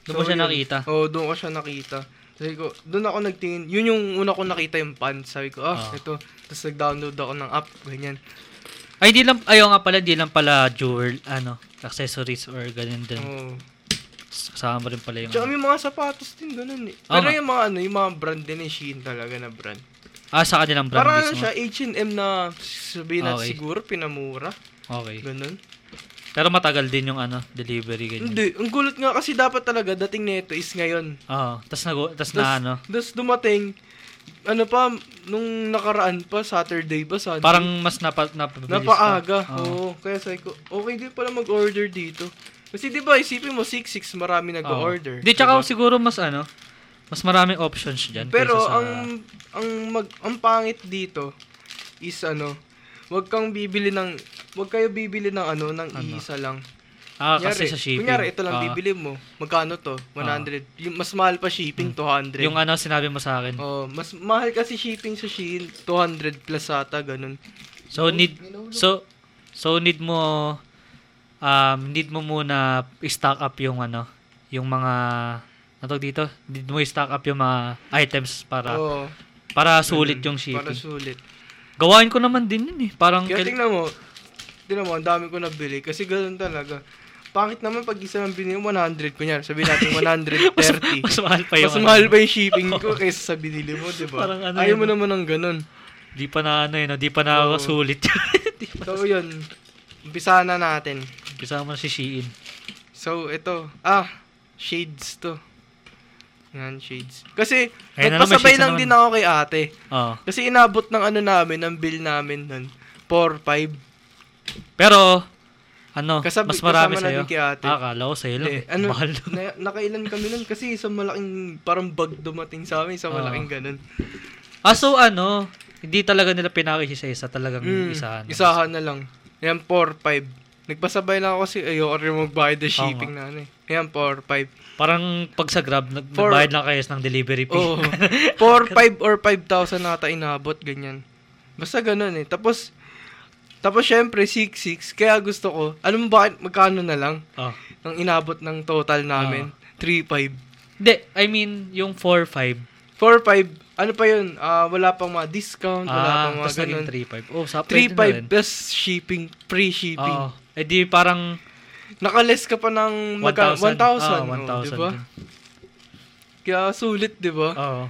Doon mo siya
yun.
nakita?
Oo, doon ko siya nakita. Sabi ko, doon ako nagtingin. Yun yung una ko nakita yung pants. Sabi ko, ah,
Ah.
ito. Tapos nag-download ako ng app, ganyan.
Ay, di lang, ayaw nga pala, di lang pala jewel, ano, accessories or ganyan din.
Oo.
Kasama mo rin pala yung...
Oh. Tsaka
ano.
may mga sapatos din, ganun eh.
Ah,
Pero
nga.
yung mga ano, yung mga brand din eh, Shein talaga na brand.
Ah, sa kanilang brand
Para ano
mismo.
siya, H&M na sabihin natin
Okay.
siguro, pinamura.
Okay.
Ganun.
Pero matagal din yung ano, delivery ganyan.
Hindi, ang gulat nga kasi dapat talaga dating nito is ngayon.
Oo, tas na, tas na
Tas-
ano,
tas dumating, ano pa, nung nakaraan pa, Saturday ba, Sunday?
parang mas napa, napabilis pa. Ah.
Napaaga.
Oo.
Oo. Kaya sabi ko, okay din pala mag-order dito. Kasi di ba, isipin mo, 6-6, marami nag-order.
Di, tsaka
diba?
siguro mas ano, mas maraming options dyan.
Pero
kaysa sa-
ang ang mag ang pangit dito is ano, wag kang bibili ng wag kayo bibili ng ano ng isa lang.
Ah, kasi sa shipping.
Kunyari, ito lang
Ah,
bibili mo. Magkano to? 100. Yung mas mahal pa shipping, 200.
Yung ano, sinabi mo sa akin.
oh, mas mahal kasi shipping sa Shein, 200 plus ata, ganun.
So, need, so, so need mo, um, need mo muna i-stock up yung ano, yung mga, ano tawag dito? Need mo i-stock up yung mga items para,
Oo,
para sulit
Oh. ganun.
yung
Para
shipping.
sulit.
Gawain ko naman din yun eh. Parang,
Kaya
kail-
tingnan mo, tingnan mo, ang dami ko nabili. Kasi ganun talaga. Pangit naman pag isa lang binili, 100. Kunyari, sabihin natin 130.
mas, mas mahal pa yung ano.
Mas mahal ba yung shipping ko kaysa sa binili mo, di ba?
Parang ano
Ayaw
yun,
mo
no?
naman ng ganun.
Di pa na ano yun, no? di pa na
Oo.
sulit. Di pa-
So, yun. Umpisa na natin.
Kasama na si Shein.
So, ito. Ah, shades to. Yan, shades. Kasi,
Ayun na naman,
nagpasabay
shades na
lang
naman.
din ako kay ate.
Oo.
Kasi inabot ng ano namin, ng bill namin nun. 4, 5.
Pero, ano,
Kasabi-
mas marami
kasama
sa'yo.
natin kay ate.
Ah, akala ko sa'yo lang.
Eh,
eh.
ano,
Mahal.
na, nakailan kami nun kasi sa malaking parang bag dumating sa amin, sa
Oo.
malaking ganun.
ah, so ano, hindi talaga nila pinakikisa-isa talagang ano.
Mm,
isahan.
Isahan na lang. Yan, 4, 5. Nagpasabay lang ako kasi ayoko rin magbayad ng
Oo
shipping na ano eh. Ayan, 4, 5.
Parang pag sa Grab, nag-
For-
nagbayad lang kayo ng delivery fee.
Oo. 4, 5 or 5,000 na ata inabot, ganyan. Basta ganun eh. Tapos, tapos syempre, 6, 6. Kaya gusto ko, alam mo bakit magkano na lang
Oh.
ang inabot ng total namin?
Ah.
3, 5.
Hindi, I mean, yung 4-5.
4, 5. Ano pa yun? Ah, wala pang mga discount, wala
Ah,
pang mga
tapos
ganun.
naging 3-5. Oh, sa
3,
pwede na rin.
5 plus shipping, free shipping.
Oo. Eh di parang
Nakaless ka pa
1,000.
ng magka-
Ah,
1,000. oh,
1,000.
diba? Kaya sulit, di ba?
Oo.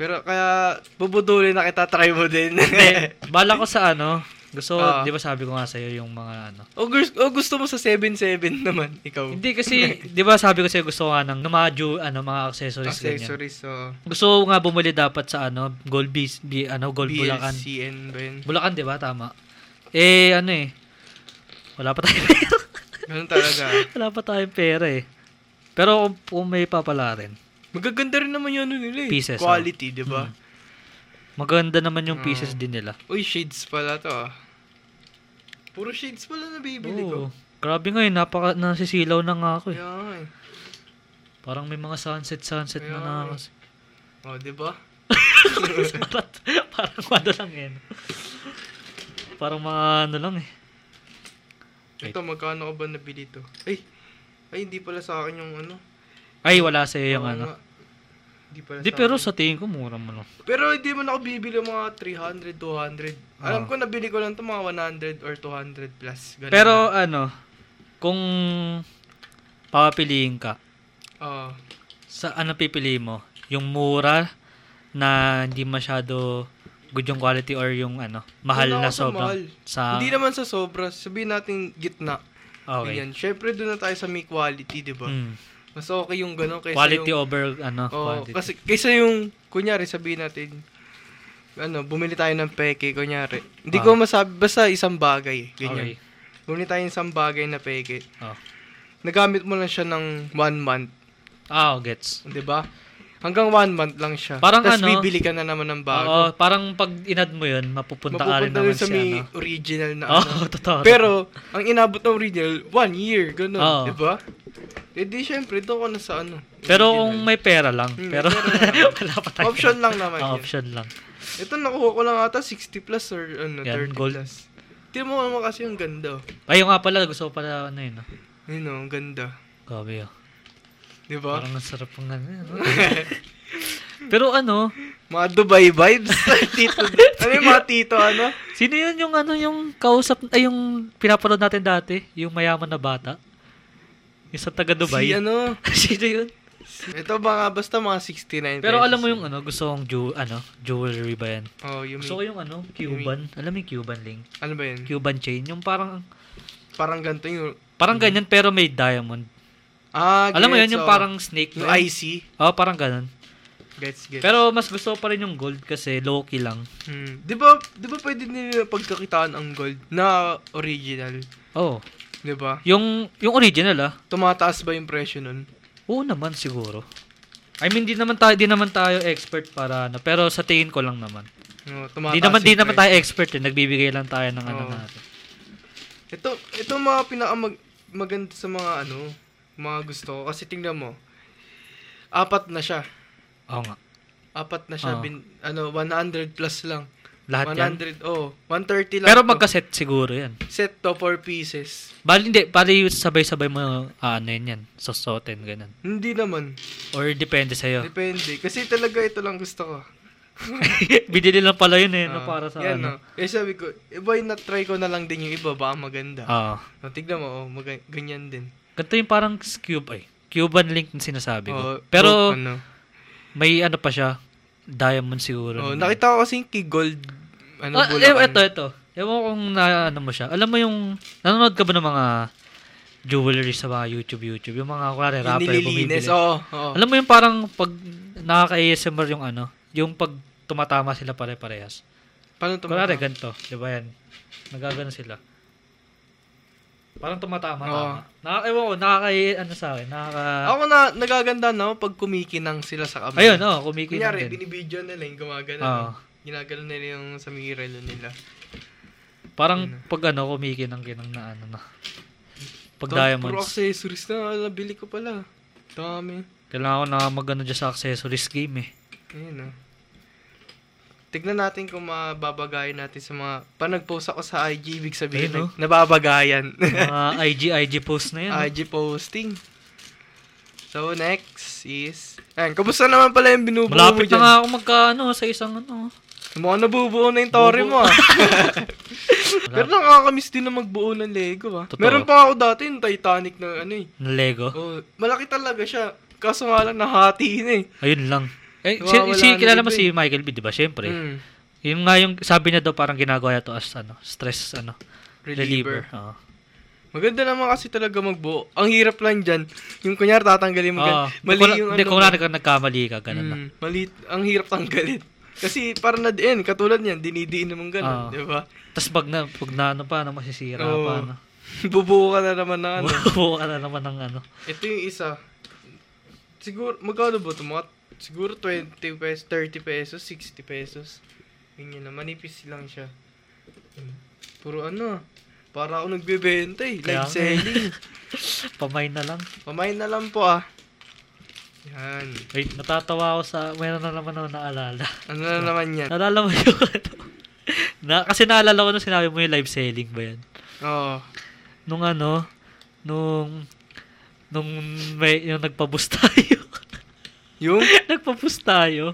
Pero kaya, bubudulin na kita, try mo din.
Hindi, bala ko sa ano, gusto,
Ah.
di ba sabi ko nga sa'yo yung mga ano.
O, gus- o gusto mo sa 7-7 naman, ikaw.
Hindi kasi, di ba sabi ko sa'yo gusto ko nga ng, ng mga ju- ano, mga accessories, ganyan.
Accessories, so,
Gusto ko nga bumili dapat sa ano, Gold Bees, B, ano, Gold Bulacan.
BLCN ba yun?
Bulacan, di ba? Tama. Eh, ano eh. Wala pa tayong
Ganun talaga.
wala pa tayong pera eh. Pero kung, kung may papala rin.
Magaganda rin naman yun ano nila eh.
Pieces, oh. Hmm.
Quality, di ba?
Maganda naman yung
Mm.
pieces din nila.
Uy, shades pala to ah. Puro shades pala nabibili
Oo.
ko.
Grabe ngayon, napaka nasisilaw na nga ako eh.
Ayan.
Parang may mga sunset-sunset na
Ayan.
na kasi.
O, di ba?
parang, parang ano lang eh. no? Parang mga ano lang eh. Wait.
Ito, magkano ka ba nabili to? Ay, ay, hindi pala sa akin yung ano.
Ay, wala sa'yo yung
Oo
ano.
nga. Hindi pala
Di,
sa
pero
akin.
sa tingin ko mura mo lang.
Pero hindi man ako bibili ng mga 300, 200.
Ah.
Alam ko nabili ko lang to mga 100 or 200 plus. Ganun
Pero ano, kung papapiliin ka,
Oo.
sa ano pipili mo? Yung mura na hindi masyado good yung quality or yung ano, mahal
Doon
na
ako sa mahal.
sobrang sa
Hindi naman sa sobra. Sabihin natin gitna.
okay.
Ganyan. Syempre doon na tayo sa may quality, 'di ba?
Mm.
Mas okay yung gano'n kaysa
Quality
yung
over ano,
Oo,
quantity.
kasi kaysa yung kunyari sabihin natin ano, bumili tayo ng peke kunyari. Hindi
Ah.
ko masabi basta isang bagay, eh,
okay.
ganyan. Bumili tayo ng isang bagay na peke.
Oh.
Nagamit mo lang siya ng one month,
Ah, oh, gets.
'di ba? Hanggang one month lang siya.
Parang
Tapos
ano,
bibili ka na naman ng
Oo,
bago.
parang pag inad mo 'yun, mapupunta ka rin
Mapupunta
naman
dun sa
si
may
ano.
original na ano.
Oo, totoo.
Pero, ang inabot ng original, one year, gano'n,
Oo.
di ba? Eh di, syempre, doon ko na sa ano.
pero kung
original.
may pera lang,
Hmm,
pero
pera lang.
wala pa tayo.
Option lang naman
Ah,
yun.
option lang.
Ito, nakuha ko lang ata 60 plus or ano,
Yan,
30
gold.
plus. Tingnan mo naman kasi yung ganda. oh.
Ayun nga pala, gusto ko pala ano 'yun. no?
Yun know, ang ganda.
Grabe. Oh.
Di ba?
Parang ang sarap ng ano. no? pero ano,
Mga Dubai vibes. tito, ano yung mga tito, ano?
Sino yun yung ano yung kausap ay yung pinapanood natin dati, yung mayaman na bata? Yung sa taga Dubai.
Si ano.
Sino yun?
Ito mga, basta mga 69
Pero
pesos.
alam mo yung ano, gusto kong ju- ano, jewelry ba yan?
Oh, yung
Gusto ko yung ano, Cuban. Alam mo yung Cuban link?
Ano ba yun?
Cuban chain. Yung parang,
Parang ganito yung...
parang ganyan pero may diamond.
Hmm. Ah,
Alam mo
gets,
yun, yung
oh.
parang snake.
Yung
ba yun?
IC.
Oo, parang ganun.
Gets, gets.
Pero mas gusto ko pa rin yung gold kasi low-key lang.
Hmm. Di ba, di ba pwede nila pagkakitaan ang gold na original?
Oo.
Di ba?
Oh, Yung, yung original ah.
Tumataas ba yung presyo nun?
Oo naman siguro. I mean, di naman tayo, di naman tayo expert para ano. Pero sa tingin ko lang naman.
No,
Di
tumataas
naman,
yung
di naman
presyo.
tayo expert eh. Nagbibigay lang tayo ng ano
Oo.
natin.
Ito, ito mga pinakamag maganda sa mga ano, mga gusto ko. Kasi tingnan mo, apat na siya.
Oo nga.
Apat na siya,
Oo.
bin, ano, 100 plus lang.
Ah. Lahat yan.
100, oh, 130 lang.
Pero
to.
magkaset siguro yan.
Set to 4 pieces.
Bali, hindi. Bali, sabay-sabay mo ah, ano yun yan. Sosoten, ganun.
Hindi naman.
Or depende sa'yo.
Depende. Kasi talaga ito lang gusto ko.
Binili lang pala yun eh. no,
Ah,
para sa
yan,
ano.
no. Eh, sabi ko, eh, why not try ko na lang din yung iba? Baka maganda.
Oo.
Oh, tignan mo, oh, maga- ganyan din.
Ah, Ganito yung parang cube ay. Cuban link na sinasabi ko.
Oh,
Pero
oh, ano.
may ano pa siya. Diamond siguro.
Oh,
na-
nakita ko kasi key gold ano
Ah, eh,
Bulacan.
ito, ito. Ewan ko kung na, ano mo siya. Alam mo yung, nanonood ka ba ng mga jewelry sa mga YouTube, YouTube? Yung mga, kunwari,
Yung
eh, rapper, bumibili.
nililinis. Oo, oo.
Alam mo yung parang pag nakaka-ASMR yung ano, yung pag tumatama sila pare-parehas.
Paano to?
Kunwari, ganito. Di ba yan? Nagagano sila. Parang tumatama,
Oo.
tama. Nakaka, ewan ko, nakaka, ano sa akin, nakaka...
Ako na, nagaganda na ako pag kumikinang sila sa kamay.
Ayun, oh, kumikinang
Kunyari,
din.
binibidyo nila yung gumagano.
Oo.
Ginagano nila yung sa mirror nila.
Parang pag ano, kumikinang-kinang na ano na. Pag
Dami- Puro
diamonds.
accessories na nabili ko pala. Dami.
Kailangan ko na magano dyan sa accessories game eh.
Ayan ah. Tignan natin kung mababagayan natin sa mga... Pag nag-post ako sa IG, ibig sabihin,
Ayun, oh.
nag- nababagayan.
Mga IG, IG post na yan. no?
IG posting. So, next is... Ayan, kamusta naman pala yung binubuo mo
Malapit na
dyan?
nga ako magkaano sa isang ano.
Mukhang nabubuo na yung tori mo ah. Pero nakakamiss din na magbuo ng Lego ah.
Totoo.
Meron pa ako dati yung Titanic na ano eh.
Na Lego.
Oh, malaki talaga siya. Kaso nga lang nahati na eh.
Ayun lang. Eh, si,
Nawawala
si-
na
kilala
dito
mo si
eh.
Michael B, di ba? Siyempre.
Mm,
Yun nga yung sabi niya daw parang ginagawa niya to as ano, stress ano, reliever.
reliever.
Oo.
Maganda naman kasi talaga magbuo. Ang hirap lang dyan. Yung kunyari tatanggalin
Oo.
mo gan- Mali
Ah,
yung
Hindi,
ano.
kung wala ka nagkamali ka, ganun na.
Mm, mali, ang hirap tanggalin. Kasi para na din, katulad niyan, dinidiin naman
Ah.
ganun, di ba?
Tapos pag na, pag na ano pa, ano, masisira
Oo.
pa, ano.
Bubuo ka na naman na ano.
Buo ka na naman ng ano.
Ito yung isa. Siguro, magkano ba ito? Mga, siguro 20 pesos, 30 pesos, 60 pesos. Ganyan na, manipis lang siya. Mm. Puro ano, para ako nagbebenta eh.
Kaya
Live
nga.
selling.
Pamay na lang.
Pamain na lang po ah. Yan.
Wait, natatawa ako sa, meron na naman ako naalala.
Ano
Ah.
na naman yan?
naalala mo yung ano? Na, kasi naalala ko nung sinabi mo yung live selling ba yan?
Oo.
Nung ano, nung, nung may, yung nagpabus tayo.
Yung?
nagpabus tayo.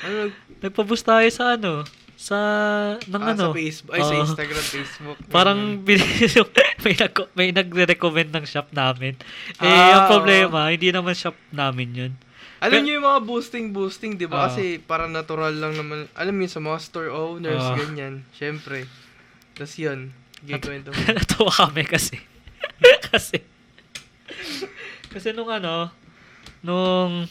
Ano?
Nagpabus tayo sa ano, sa, ng
Ah,
ano.
sa Facebook. Ay, sa
Oo.
Instagram, Facebook.
Parang binili yung- may, nag may nagre-recommend ng shop namin. Eh,
Ah,
ang problema, hindi naman shop namin yun.
Alam niyo yung mga boosting-boosting, di ba?
Oo.
Kasi parang natural lang naman. Alam niyo, sa mga store owners,
Oo.
ganyan. Siyempre. Tapos yun, gikwento mo.
Natuwa kami kasi. kasi, kasi nung ano, nung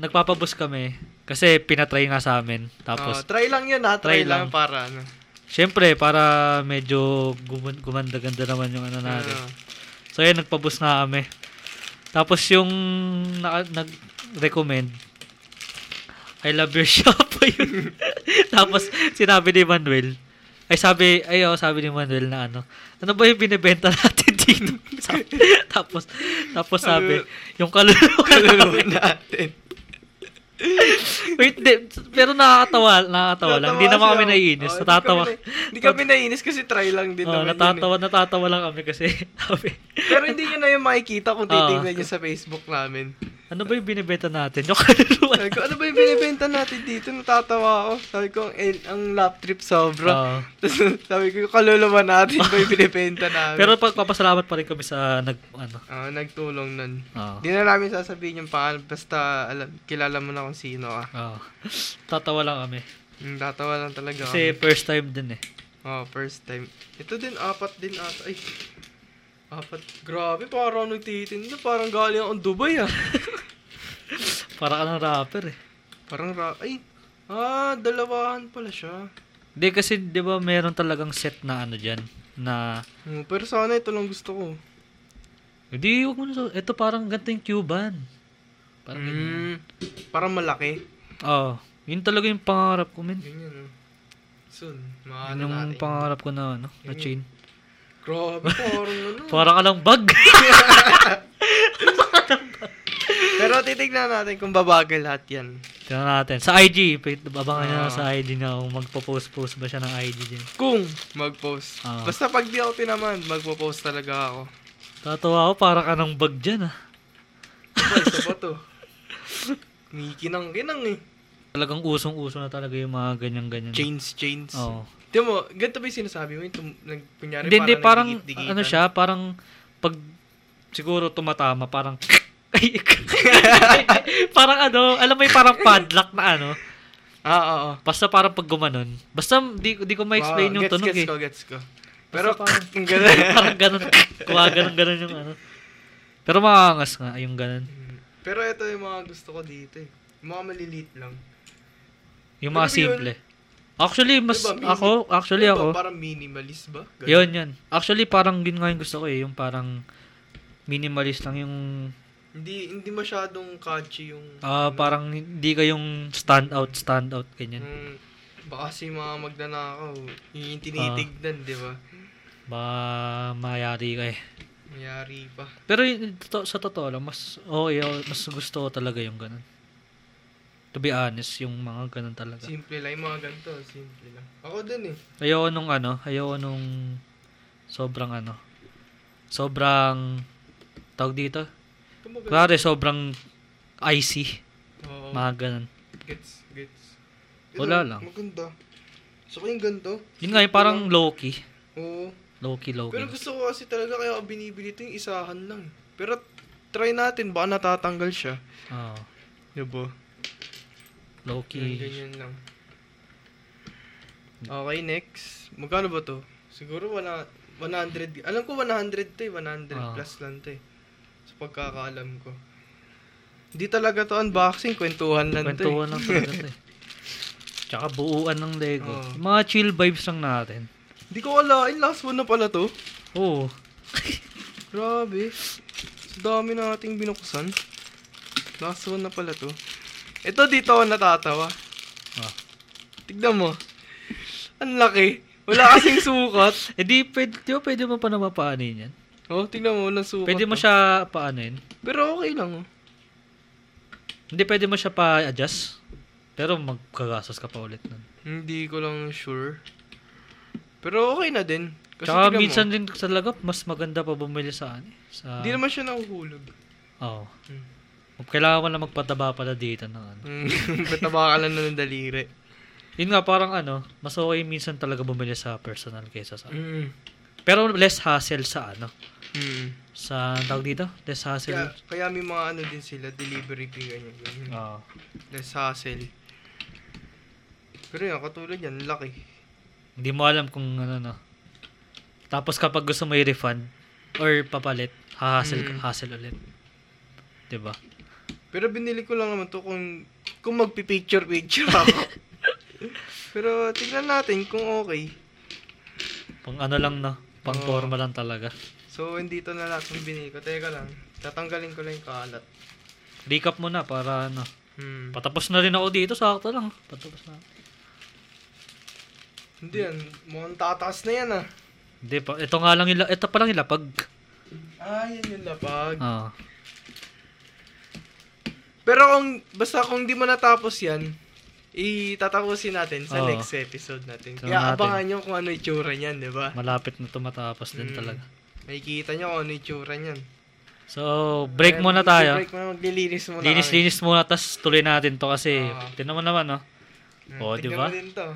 nagpapabus kami, kasi pinatry nga sa amin. Tapos,
Tapos, Ah, try lang yun ha,
try
try,
lang.
lang. para ano.
syempre, para medyo guman- gumanda-ganda naman yung ano natin.
Ano.
So, yun, nagpabus na kami. Tapos yung na- nag-recommend, I love your shop. Ayun. Tapos, sinabi ni Manuel, ay sabi, ay oo, sabi ni Manuel na ano, ano ba yung binibenta natin dito? Sabi- tapos, tapos sabi, yung kaluluwa
Ano? Kaluluwa
namin.
natin.
Wait, di, pero nakakatawa, nakakatawa lang. Hindi naman
Natatawa
kami
siya.
naiinis.
Oo, Oh, hindi
natatawa.
kami na- Hindi kami naiinis kasi try lang din
Oo,
naman yun eh.
natatawa, natatawa lang kami kasi. sabi,
Pero hindi nyo na yung makikita kung
Oo.
titignan nyo sa Facebook namin.
ano ba yung binibenta natin? Yung kaluluwa
Sabi ko, ano ba yung binibenta natin dito? Natatawa ako. Sabi ko, ang, ang lap trip sobra.
Oo.
Tapos sabi ko, yung kaluluwa natin ba yung binibenta namin?
Pero pagpapasalamat pa rin kami sa nag ano. ah,
Oo, nagtulong nun.
Oo.
Hindi na namin sasabihin yung pangalan. Basta alam, kilala mo na kung sino ka.
Oo. ah. Tatawa lang kami.
Mm, tatawa lang talaga.
Kasi first time din eh.
Oh, first time. Ito din, apat din ata. Ay, apat. Grabe, parang nagtitinda. Parang galing akong Dubai, ah.
Para ka ng rapper eh.
parang ra... Ay, ah, dalawahan pala siya.
Hindi kasi 'di ba meron talagang set na ano diyan na
Hmm, pero sana ito lang gusto ko.
hindi wag mo na sa- ito parang ganito yung Cuban. Parang ganyan.
Mm, parang malaki.
Oo. Ah, yun talaga yung pangarap ko, men.
Ganyan, oh. Soon,
Yun
maano
yung
ano natin.
pangarap ko na, ano, na
Yun.
chain.
Grabe, parang ano.
Para ka lang bag.
pero titignan natin kung babagal lahat yan.
Tingnan natin. Sa IG, wait, abangan nyo na
Ah.
sa IG na kung magpo-post-post ba siya ng IG din.
Kung mag-post.
Ah.
Basta pag di ako tinaman, magpo-post talaga ako.
Tatawa ako, para ka ng bag dyan ah.
Ay, isa pa to. Kumikinang-kinang eh.
Talagang usong-uso na talaga yung mga ganyan-ganyan.
Chains, chains.
Oo.
Di mo, ganito ba yung sinasabi mo? Yung tum, nag, kunyari,
Oh. Hindi, hindi, parang,
nagdidikit-dikitan.
ano siya, parang, pag, siguro tumatama, parang, ay, parang ano, alam mo yung parang padlock na ano,
Ah, oo. oo.
basta parang pag gumanon, basta di, di ko ma-explain
Wow,
yung
gets,
tunog
gets
eh.
ko, gets ko. Pero,
parang-
ang ganda.
parang ganun, kuha ganun, ganun yung ano. Pero makangas nga, yung ganun.
Pero ito yung mga gusto ko dito eh. Yung mga maliliit lang.
Yung mga
Alam mo yun?
simple. Actually, mas,
Diba, mini-
ako, actually
Ano ba,
ako,
Parang minimalist ba? Ganun.
yun, yun. Actually, parang yun nga yung gusto ko eh, yung parang, minimalist lang yung,
Hindi, hindi masyadong catchy yung...
ah parang hindi kayong stand out, stand out, ganyan.
yung baka si mga
Ah.
magnanakaw, yung tinitignan, di ba?
Ba, mayari ka eh.
Mayari pa.
Pero yun, to- sa totoo lang, mas, oh, mas gusto ko talaga yung ganun. To be honest, yung mga ganun talaga.
Simple lang. Yung mga ganito, simple lang. Ako din eh.
Ayoko nung ano, ayoko nung sobrang ano, sobrang, tawag dito,
Kumbaga,
Kunwari, sobrang icy.
oo,
Mga ganun.
gets, gets.
Wala
Yun,
lang.
Maganda. So, yung ganito.
Yun nga, yung parang low-key.
Oo.
Low-key,
Pero
low-key.
gusto ko kasi talaga kaya ako binibili ito yung isahan lang. Pero try natin, baka natatanggal siya.
Oo.
Diba? Yun,
low-key.
ganyan lang. Okay, next. Magkano ba to? Siguro wala, 100. Alam ko 100 to eh. 100
Ah.
plus lang to eh. Sa pagkakaalam ko. Hindi talaga to unboxing. Kwentuhan lang to eh.
Kwentuhan lang talaga to eh. Tsaka buuan ng Lego.
Oo.
Mga chill vibes lang natin.
Hindi ko alain. Last one na pala to.
Oo.
Grabe. Sa dami nating binuksan. Last one na pala to. Ito dito ako natatawa.
Ah.
Tignan mo. Ang laki. Wala kasing sukat.
Eh di, pwede, di ba pwede mo pa naman paanin yan?
Oh, tignan mo, walang sukat.
Pwede mo
to.
siya paanin.
Pero okay lang, oh.
Hindi, pwede mo siya pa-adjust. Pero magkagastos ka pa ulit nun.
Hindi ko lang sure. Pero okay na din. Kasi
Tsaka
tignan
minsan
mo,
din talaga, mas maganda pa bumili sa ano. eh, Sa...
Hindi naman siya nahuhulog.
Oo.
Hmm.
Kailangan mo na magpataba pala dito ng ano.
Pataba ka Mm. lang na ng daliri.
Yun nga, parang ano, mas okay minsan talaga bumili sa personal kaysa sa...
Mm.
Pero less hassle sa ano,
Mm.
sa ang tawag dito? Less hassle.
Kaya, kaya may mga ano din sila, delivery fee ganyan. ganyan.
Oo.
Less hassle. Pero yan, katulad yan, laki.
hindi mo alam kung ano, no. Tapos kapag gusto mo i-refund or papalit, hahassle ka,
Mm.
hassle ulit. 'Di ba?
Pero binili ko lang naman to kung, kung magpipicture-picture ako. Pero tignan natin kung okay.
Pang ano lang, no. Pang
Oo.
forma lang talaga.
So, hindi to na lahat yung binili ko. Teka lang, tatanggalin ko lang yung kalat.
Recap muna para ano.
Hmm.
Patapos na rin ako dito, sakto lang. Patapos na.
Hindi yan, mukhang tataas na yan ah.
Hindi pa, ito nga lang ila, ito pa lang ilapag.
Ah, yan yung lapag.
Oo.
Pero kung, basta kung di mo natapos yan, itatapusin natin sa
Oo.
next episode natin.
Ito
Kaya
natin.
abangan nyo kung ano yung tsura niyan, di ba?
malapit na to matapos din
Mm.
talaga.
Makikita nyo kung ano yung tsura niyan.
So, break
Ayan,
muna tayo.
Break muna, maglilinis muna kami.
Linis-linis muna, tas tuloy natin to kasi,
Oo.
tinan mo naman, no?
Hmm,
Oo, di
tignan
ba?
mo din to.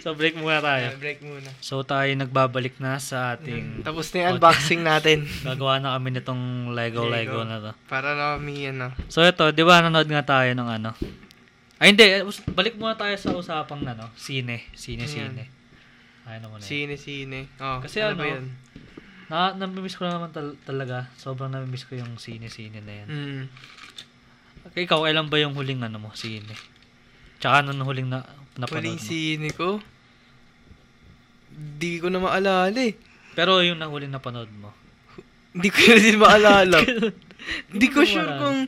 So, break muna tayo.
Ayan, break muna.
So, tayo nagbabalik na sa ating...
Tapos na yung unboxing natin.
Gagawa na kami nitong Lego, Lego
Lego.
na to.
Para na kami yan ah.
So, ito, di ba, nanood nga tayo ng ano? Ay, hindi. eh, us- Balik muna tayo sa usapang, ano, sine. Sine,
Ayan.
sine. Ayun naman yun.
Sine-sine. Oh,
Kasi
ano, ba
ano,
yan?
Na, namimiss ko na naman tal- talaga. Sobrang namimiss ko yung sine-sine na yan.
Hmm.
Okay, ikaw, kailan ba yung huling ano mo, sine? Tsaka anong huling na, napanood
Huling
mo?
sine ko? Di ko na maalala eh.
Pero yung na huling napanood mo.
Hindi ko na din maalala. Hindi
Hindi mo
ko sure
maalala.
kung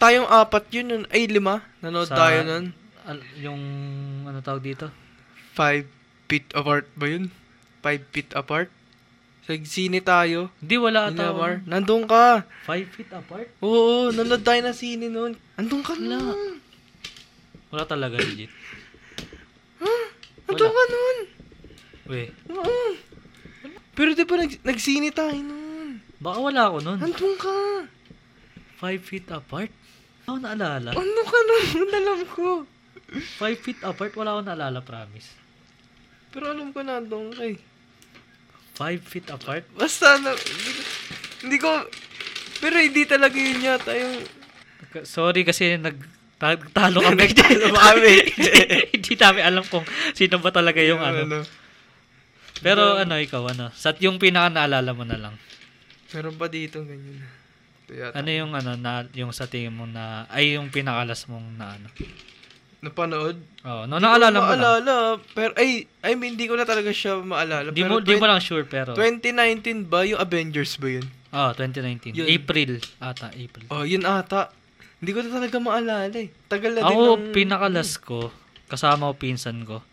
tayong apat yun nun. Ay, lima. Nanood
Sa-
tayo nun.
Al- yung, ano tawag dito?
Five feet apart ba yun? Five feet apart? Sa sine tayo.
Hindi, wala ata.
Inawar.
ako.
Nandun ka.
Five feet apart?
Oo, nanood tayo na sine nun. Nandun ka nun.
Wala talaga, legit.
Nandun
Wala.
ka nun.
Weh,
Oo. Pero di ba nag- nagsine tayo nun?
baka wala ako nun.
Nandun ka.
Five feet apart? Wala akong naalala.
Ano ka nun? Alam ko.
Five feet apart, wala akong naalala, promise.
Pero alam ko eh. na doon kay.
Five feet apart?
Basta na, hindi, ko- hindi ko, pero hindi talaga yun yata yung,
K- Sorry kasi nagtalo kami.
Nagtalo kami.
Hindi namin alam kung sino ba talaga yung ano. Pero ano, ikaw, ano? Sa yung pinaka naalala mo na lang.
Meron pa dito ganyan. Ito yata.
Ano yung ano, na, yung sa tingin mo na, ay yung pinakalas mong na ano.
Napanood?
Oh, no, naalala mo lang.
Maalala, pero, ay, I mean, hindi ko na talaga siya maalala.
Di mo,
pero
di mo
twen-
lang sure, pero.
2019 ba? Yung Avengers ba yun?
Oh, 2019.
Yun.
April ata, April.
Oh, yun ata. Hindi ko na talaga maalala eh. Tagal na din ano eh.
Ako,
ng-
pinakalas ko, kasama ko pinsan ko.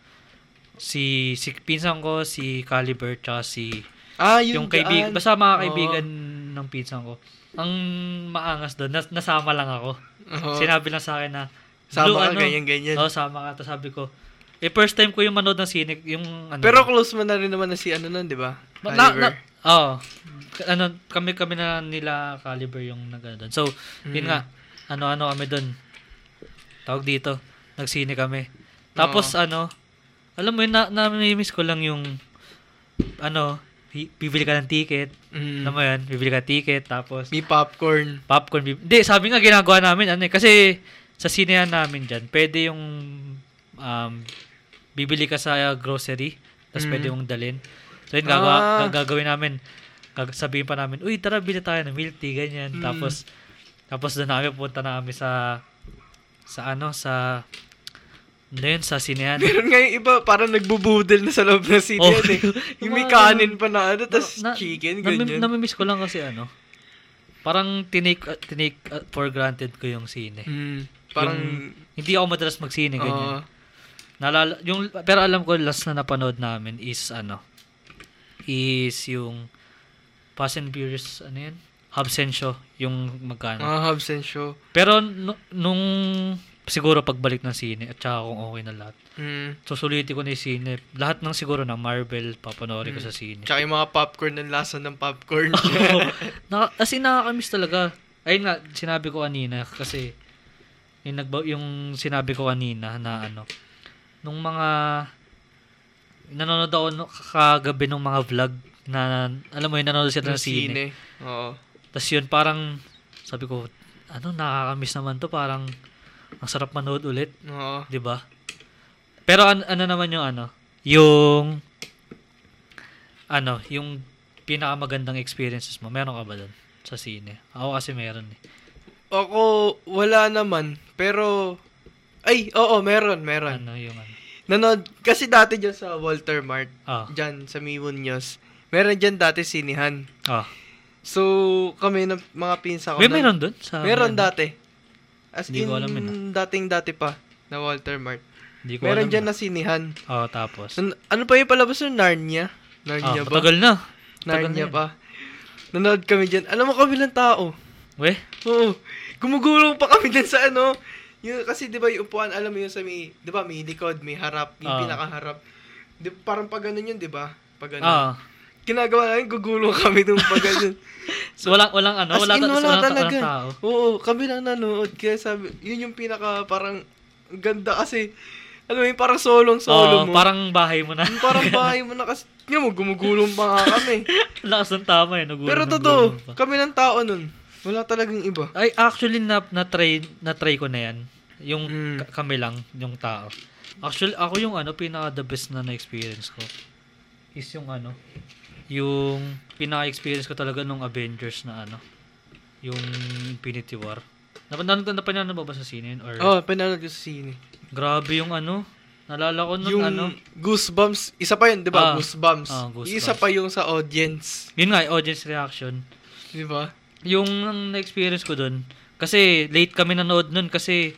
Si, si pinsan ko, si Caliber, tsaka si
Ah, yun
Yung kaibigan,
daan.
basta mga
Oo.
kaibigan ng pinsan ko. Ang maangas doon, nas- nasama lang ako.
Oo.
Sinabi lang sa akin na,
Sama
"Blue, ano?"
ka, ganyan, ganyan."
Oo, sama ka. Tapos sabi ko, eh, first time ko yung manood ng sinik, yung ano.
Pero close mo na rin naman na si ano nun, di ba?
Ma- na,
Oliver.
na, oo. K- ano, kami kami na nila Caliber yung nagano doon. So, yun
Mm.
nga. Ano-ano kami doon. Tawag dito. Nagsine kami. Tapos ano, alam mo yun, na, namimiss ko lang yung ano, hi- bibili ka ng ticket.
Mm.
Alam mo yun, bibili ka ng ticket. Tapos,
May popcorn.
popcorn. bib- Hindi, sabi nga ginagawa namin, ano eh, kasi sa sinehan namin dyan, pwede yung um, bibili ka sa uh, grocery, tapos
Mm.
pwede mong dalhin. So yun, gagawa,
Ah.
ga- gagawin namin, gag- sabihin pa namin, uy, tara, bili tayo ng milk tea, ganyan.
Mm.
Tapos, tapos doon na kami, punta na kami sa, sa ano, sa, ano yun, sa sinehan.
Meron nga yung iba, parang nagbubudel na sa loob ng city.
Oh.
yan eh. Yung may
Yung mga
kanin pa na ano, tas
Na- na-
chicken,
nami-
ganyan.
Namimiss ko lang kasi ano, parang tinake, uh, tinake uh, for granted ko yung sine.
Mm. Parang,
Yung- hindi ako madalas magsine, ganyan.
oo.
Nalala, yung, pero alam ko, last na napanood namin is, ano, is yung Fast and Furious, ano yan? Absensyo, yung magkano.
mga Hobbs and Shaw.
Pero, nu- nung, siguro pagbalik ng sine, at saka kung okay na lahat,
Mm.
susulitin ko na yung sine. Lahat ng siguro na Marvel, papanoorin ko sa sine.
Tsaka yung mga popcorn ng lasa ng popcorn.
Oo. Naka, as in, nakakamiss talaga. Ayun nga, sinabi ko kanina kasi yung, nagba, yung sinabi ko kanina na ano, nung mga nanonood ako no, kagabi ng mga vlog na alam mo yun, nanonood siya ng
Ng
sine.
sine. Oo.
Tapos yun, parang sabi ko, ano, nakakamiss naman to. Parang ang sarap manood ulit.
Oo.
'di ba? Pero an- ano naman yung ano, yung ano, yung pinakamagandang experiences mo. Meron ka ba doon sa sine? Ako kasi meron eh.
Ako, wala naman. Pero, ay, oo, meron, meron.
Ano yung ano?
Nanood, kasi dati dyan sa Walter Mart,
Ah.
dyan sa Mimunyos, meron dyan dati sinihan.
Ah.
So, kami ng mga pinsa ko.
May
nun-
meron doon sa
Meron
ano?
dati. As
Hindi
in,
ko alam yun, ah.
dating dati pa na Walter Mart.
Hindi ko
Meron
alam
dyan
eh.
na sinihan.
Oh, tapos.
Nun- ano pa yung palabas ng Narnia?
Ah,
Narnia ba?
matagal na. Matagal
Narnia
na
pa. Nanood kami dyan. Alam mo kami lang tao.
We?
Oo. Gumugulong pa kami dyan sa ano. Yung, kasi di ba yung upuan, alam mo yun sa may, di ba may likod, may harap, yung
Ah.
pinakaharap. Di, parang pag ganun yun, di ba? Pag ganun.
Ah.
Ginagawa namin, gugulong kami nung pag ganun.
So, walang walang ano,
As
wala,
in,
ta-
wala
walang ta-
talaga.
walang tao.
Oo, kami lang nanood. Kaya sabi, yun yung pinaka parang ang ganda kasi, alam mo yun, parang solong-solo
Oo,
mo.
Oh, parang bahay mo na.
Yung parang bahay mo na kasi, yun mo, gumugulong pa nga kami.
Lakas ng tama eh. nagulong
Pero
ng
totoo,
gulong pa.
kami ng tao nun. Wala talagang iba.
Ay, actually, na, na-try, na-try ko na yan. Yung
Mm.
ka- kami lang, yung tao. Actually, ako yung ano, pinaka-the best na na-experience ko is yung ano, yung pinaka-experience ko talaga nung Avengers na ano, yung Infinity War. Napanood na napanood mo ba sa sinin? Or,
Oo, oh, pinanood ko sa sine.
grabe yung ano, nalala ko nun
yung
ano.
Goosebumps, isa pa yun, di ba?
Ah.
goosebumps.
Ah, Goosebumps.
Isa pa yung sa audience,
Yun nga, eh, audience reaction.
di ba?
Yung na-experience ko dun, kasi late kami nanood nun kasi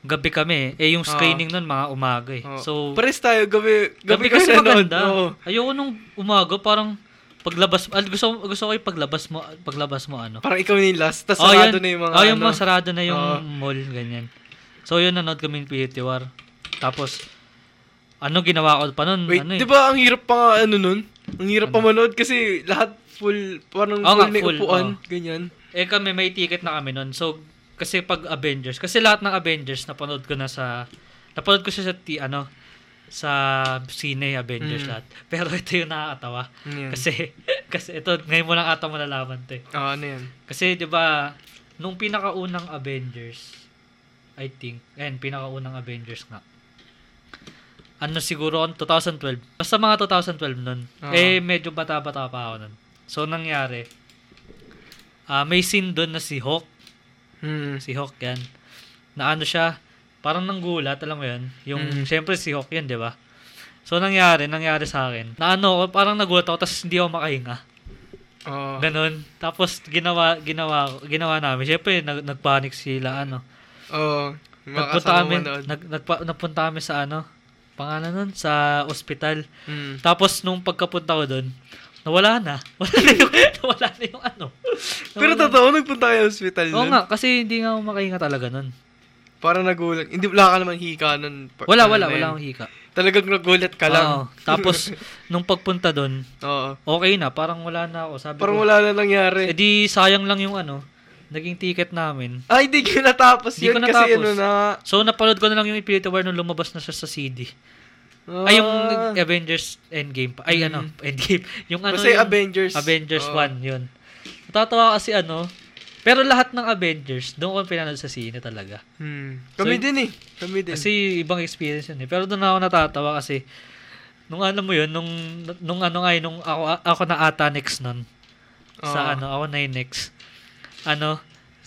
gabi kami. Eh, yung
Ah.
screening nun mga umaga eh.
Oo.
So,
Oh. Pares tayo, gabi,
gabi,
gabi,
kasi
nanood.
maganda.
Oo.
Ayoko nung umaga, parang paglabas, ah, gusto, ko- gusto ko yung paglabas mo, paglabas mo ano.
Parang ikaw na yung last, tas
Oh,
sarado
yun.
na yung mga
Oh, yung
ano.
mga sarado na yung
Oo.
mall, ganyan. So, yun, nanood kami ng Infinity War. Tapos, ano ginawa ko pa nun?
Wait,
ano eh.
di ba ang hirap pa nga ano nun? Ang hirap pa manood kasi lahat full, parang
Oo nga,
full may
full,
upuan,
oo.
ganyan.
Eh kami, may ticket na kami nun. So, kasi pag Avengers, kasi lahat ng Avengers, napanood ko na sa, napanood ko siya sa, ti, ano, sa sine Avengers
Mm.
lahat. Pero ito yung nakakatawa.
Yan.
Kasi, kasi ito, ngayon mo lang ata malalaman to eh.
Ah, ano yan?
Kasi, di ba, nung pinakaunang Avengers, I think, ayun, pinakaunang Avengers nga. Ano siguro, on 2012. Basta mga 2012 nun.
Ah.
Eh, medyo bata-bata pa ako nun. So, nangyari, ah may scene dun na si Hawk.
Hmm.
Si Hawk yan. Na ano siya, parang nanggulat, alam mo yun. Yung,
Mm.
syempre si Hawk yan, di ba? So, nangyari, nangyari sa akin. Na ano, ako, parang nagulat ako, tapos hindi ako makahinga.
Oo.
Ganon. Tapos ginawa ginawa ginawa namin. Syempre nag, nagpanic sila ano.
Oo. Mga
Nagpunta
kasama
kami
manood.
nag, nagpa, napunta kami sa ano pangalan nun sa ospital.
Hmm.
Tapos nung pagkapunta ko doon, Nawala na. Wala na yung, nawala na yung ano.
Pero totoo, nagpunta kayo hospital
Oo
nun.
nga, kasi hindi nga ako makahinga talaga nun.
Parang nagulat. Hindi, wala ka naman hika nun. Pa-
Wala,
ano
wala,
na
wala
yun.
akong hika.
Talagang nagulat ka lang.
Oo. tapos, nung pagpunta doon,
Oo.
okay na, parang wala na ako. Sabi
Parang
ko,
wala na
eh
nangyari.
di sayang lang yung ano, naging ticket namin.
Ay, di Ah, ko natapos
Di
yun
ko natapos.
kasi ano na.
So, napalood ko na lang yung Infinity War nung lumabas na siya sa CD.
Ah. Mm.
Ay, yung Avengers Endgame pa. Ay, ano, Endgame. Yung ano
Basta yung
yung
Avengers.
Avengers
Oo.
1, yun. Natatawa kasi ano, pero lahat ng Avengers, doon ko pinanood sa sine talaga.
Hmm.
So,
Kami
Ah,
din eh. Kami din.
Kasi ibang experience yun eh. Pero doon ako natatawa kasi, nung ano mo yun, nung, nung ano nga yun, nung ako, ako na ata next nun.
Oo.
Sa ano, ako na yung next. Ano,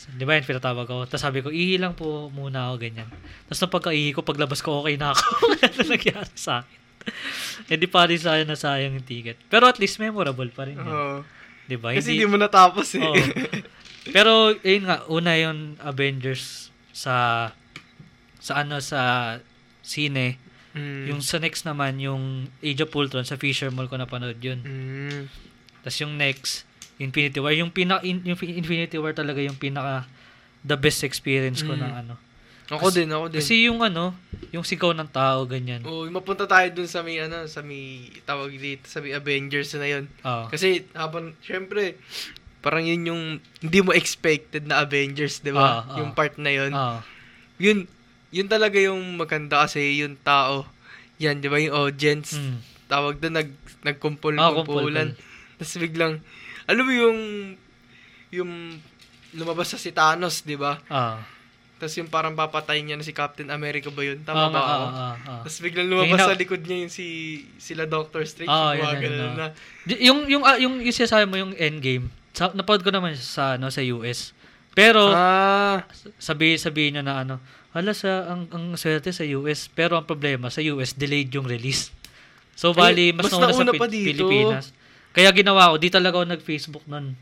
di ba yun, pinatawag ako. Tapos sabi ko, ihi lang po muna ako, ganyan. Tapos nung pagka-ihi ko, paglabas ko, okay na ako. Ganyan na nangyari sa akin. Eh di pa rin sayang na sayang yung ticket. Pero at least memorable pa rin yun.
Oo.
Di ba?
Kasi hindi mo natapos eh.
Ah, Oo. Pero yun nga, una yung Avengers sa sa ano sa sine.
Hmm.
Yung sa next naman, yung Age of Ultron sa Fisher Mall ko napanood yun.
Hmm.
Tapos yung next, Infinity War. Yung, pina, in- yung fi- Infinity War talaga yung pinaka the best experience ko
Mm.
ng ano.
Ako din, ako din.
Kasi yung ano, yung sigaw ng tao, ganyan.
Oo, oh, mapunta tayo dun sa may ano, sa may tawag dito, sa may Avengers na yun.
Oo.
Kasi habang, syempre, parang yun yung hindi mo expected na Avengers, di
Ah,
ba?
ah.
yung part na yun.
Oo.
Yun, yun talaga yung maganda kasi yung tao. Yan, di ba? Yung audience.
Mm.
Tawag doon, nag,
Ah, kumpul,
nagkumpul-kumpulan. Tapos biglang, alam mo yung, yung lumabas sa si Thanos, di ba?
Oo.
Tapos yung parang papatay niya na si Captain America ba
Oo
yun? Tama ba
nga,
ako?
oo, oo, oo.
Tapos biglang lumabas
Yung-
sa likod niya yung si sila Doctor Strange.
Oo,
yung
Ah, yun,
mga
yun,
ganun
yun,
na.
Di- Yung yung ah, yung, yung sinasabi mo yung Endgame. Sa, napanood ko naman siya sa ano sa US. Pero
Ah,
sabi sabihin niya na ano, ala sa ang ang swerte sa US, pero ang problema sa US delayed yung release. So bali
Ay,
mas,
Eh, mas
nauna, sa
nauna
Pil-
pa dito.
Pilipinas. Kaya ginawa ko, di talaga ako nag-Facebook noon.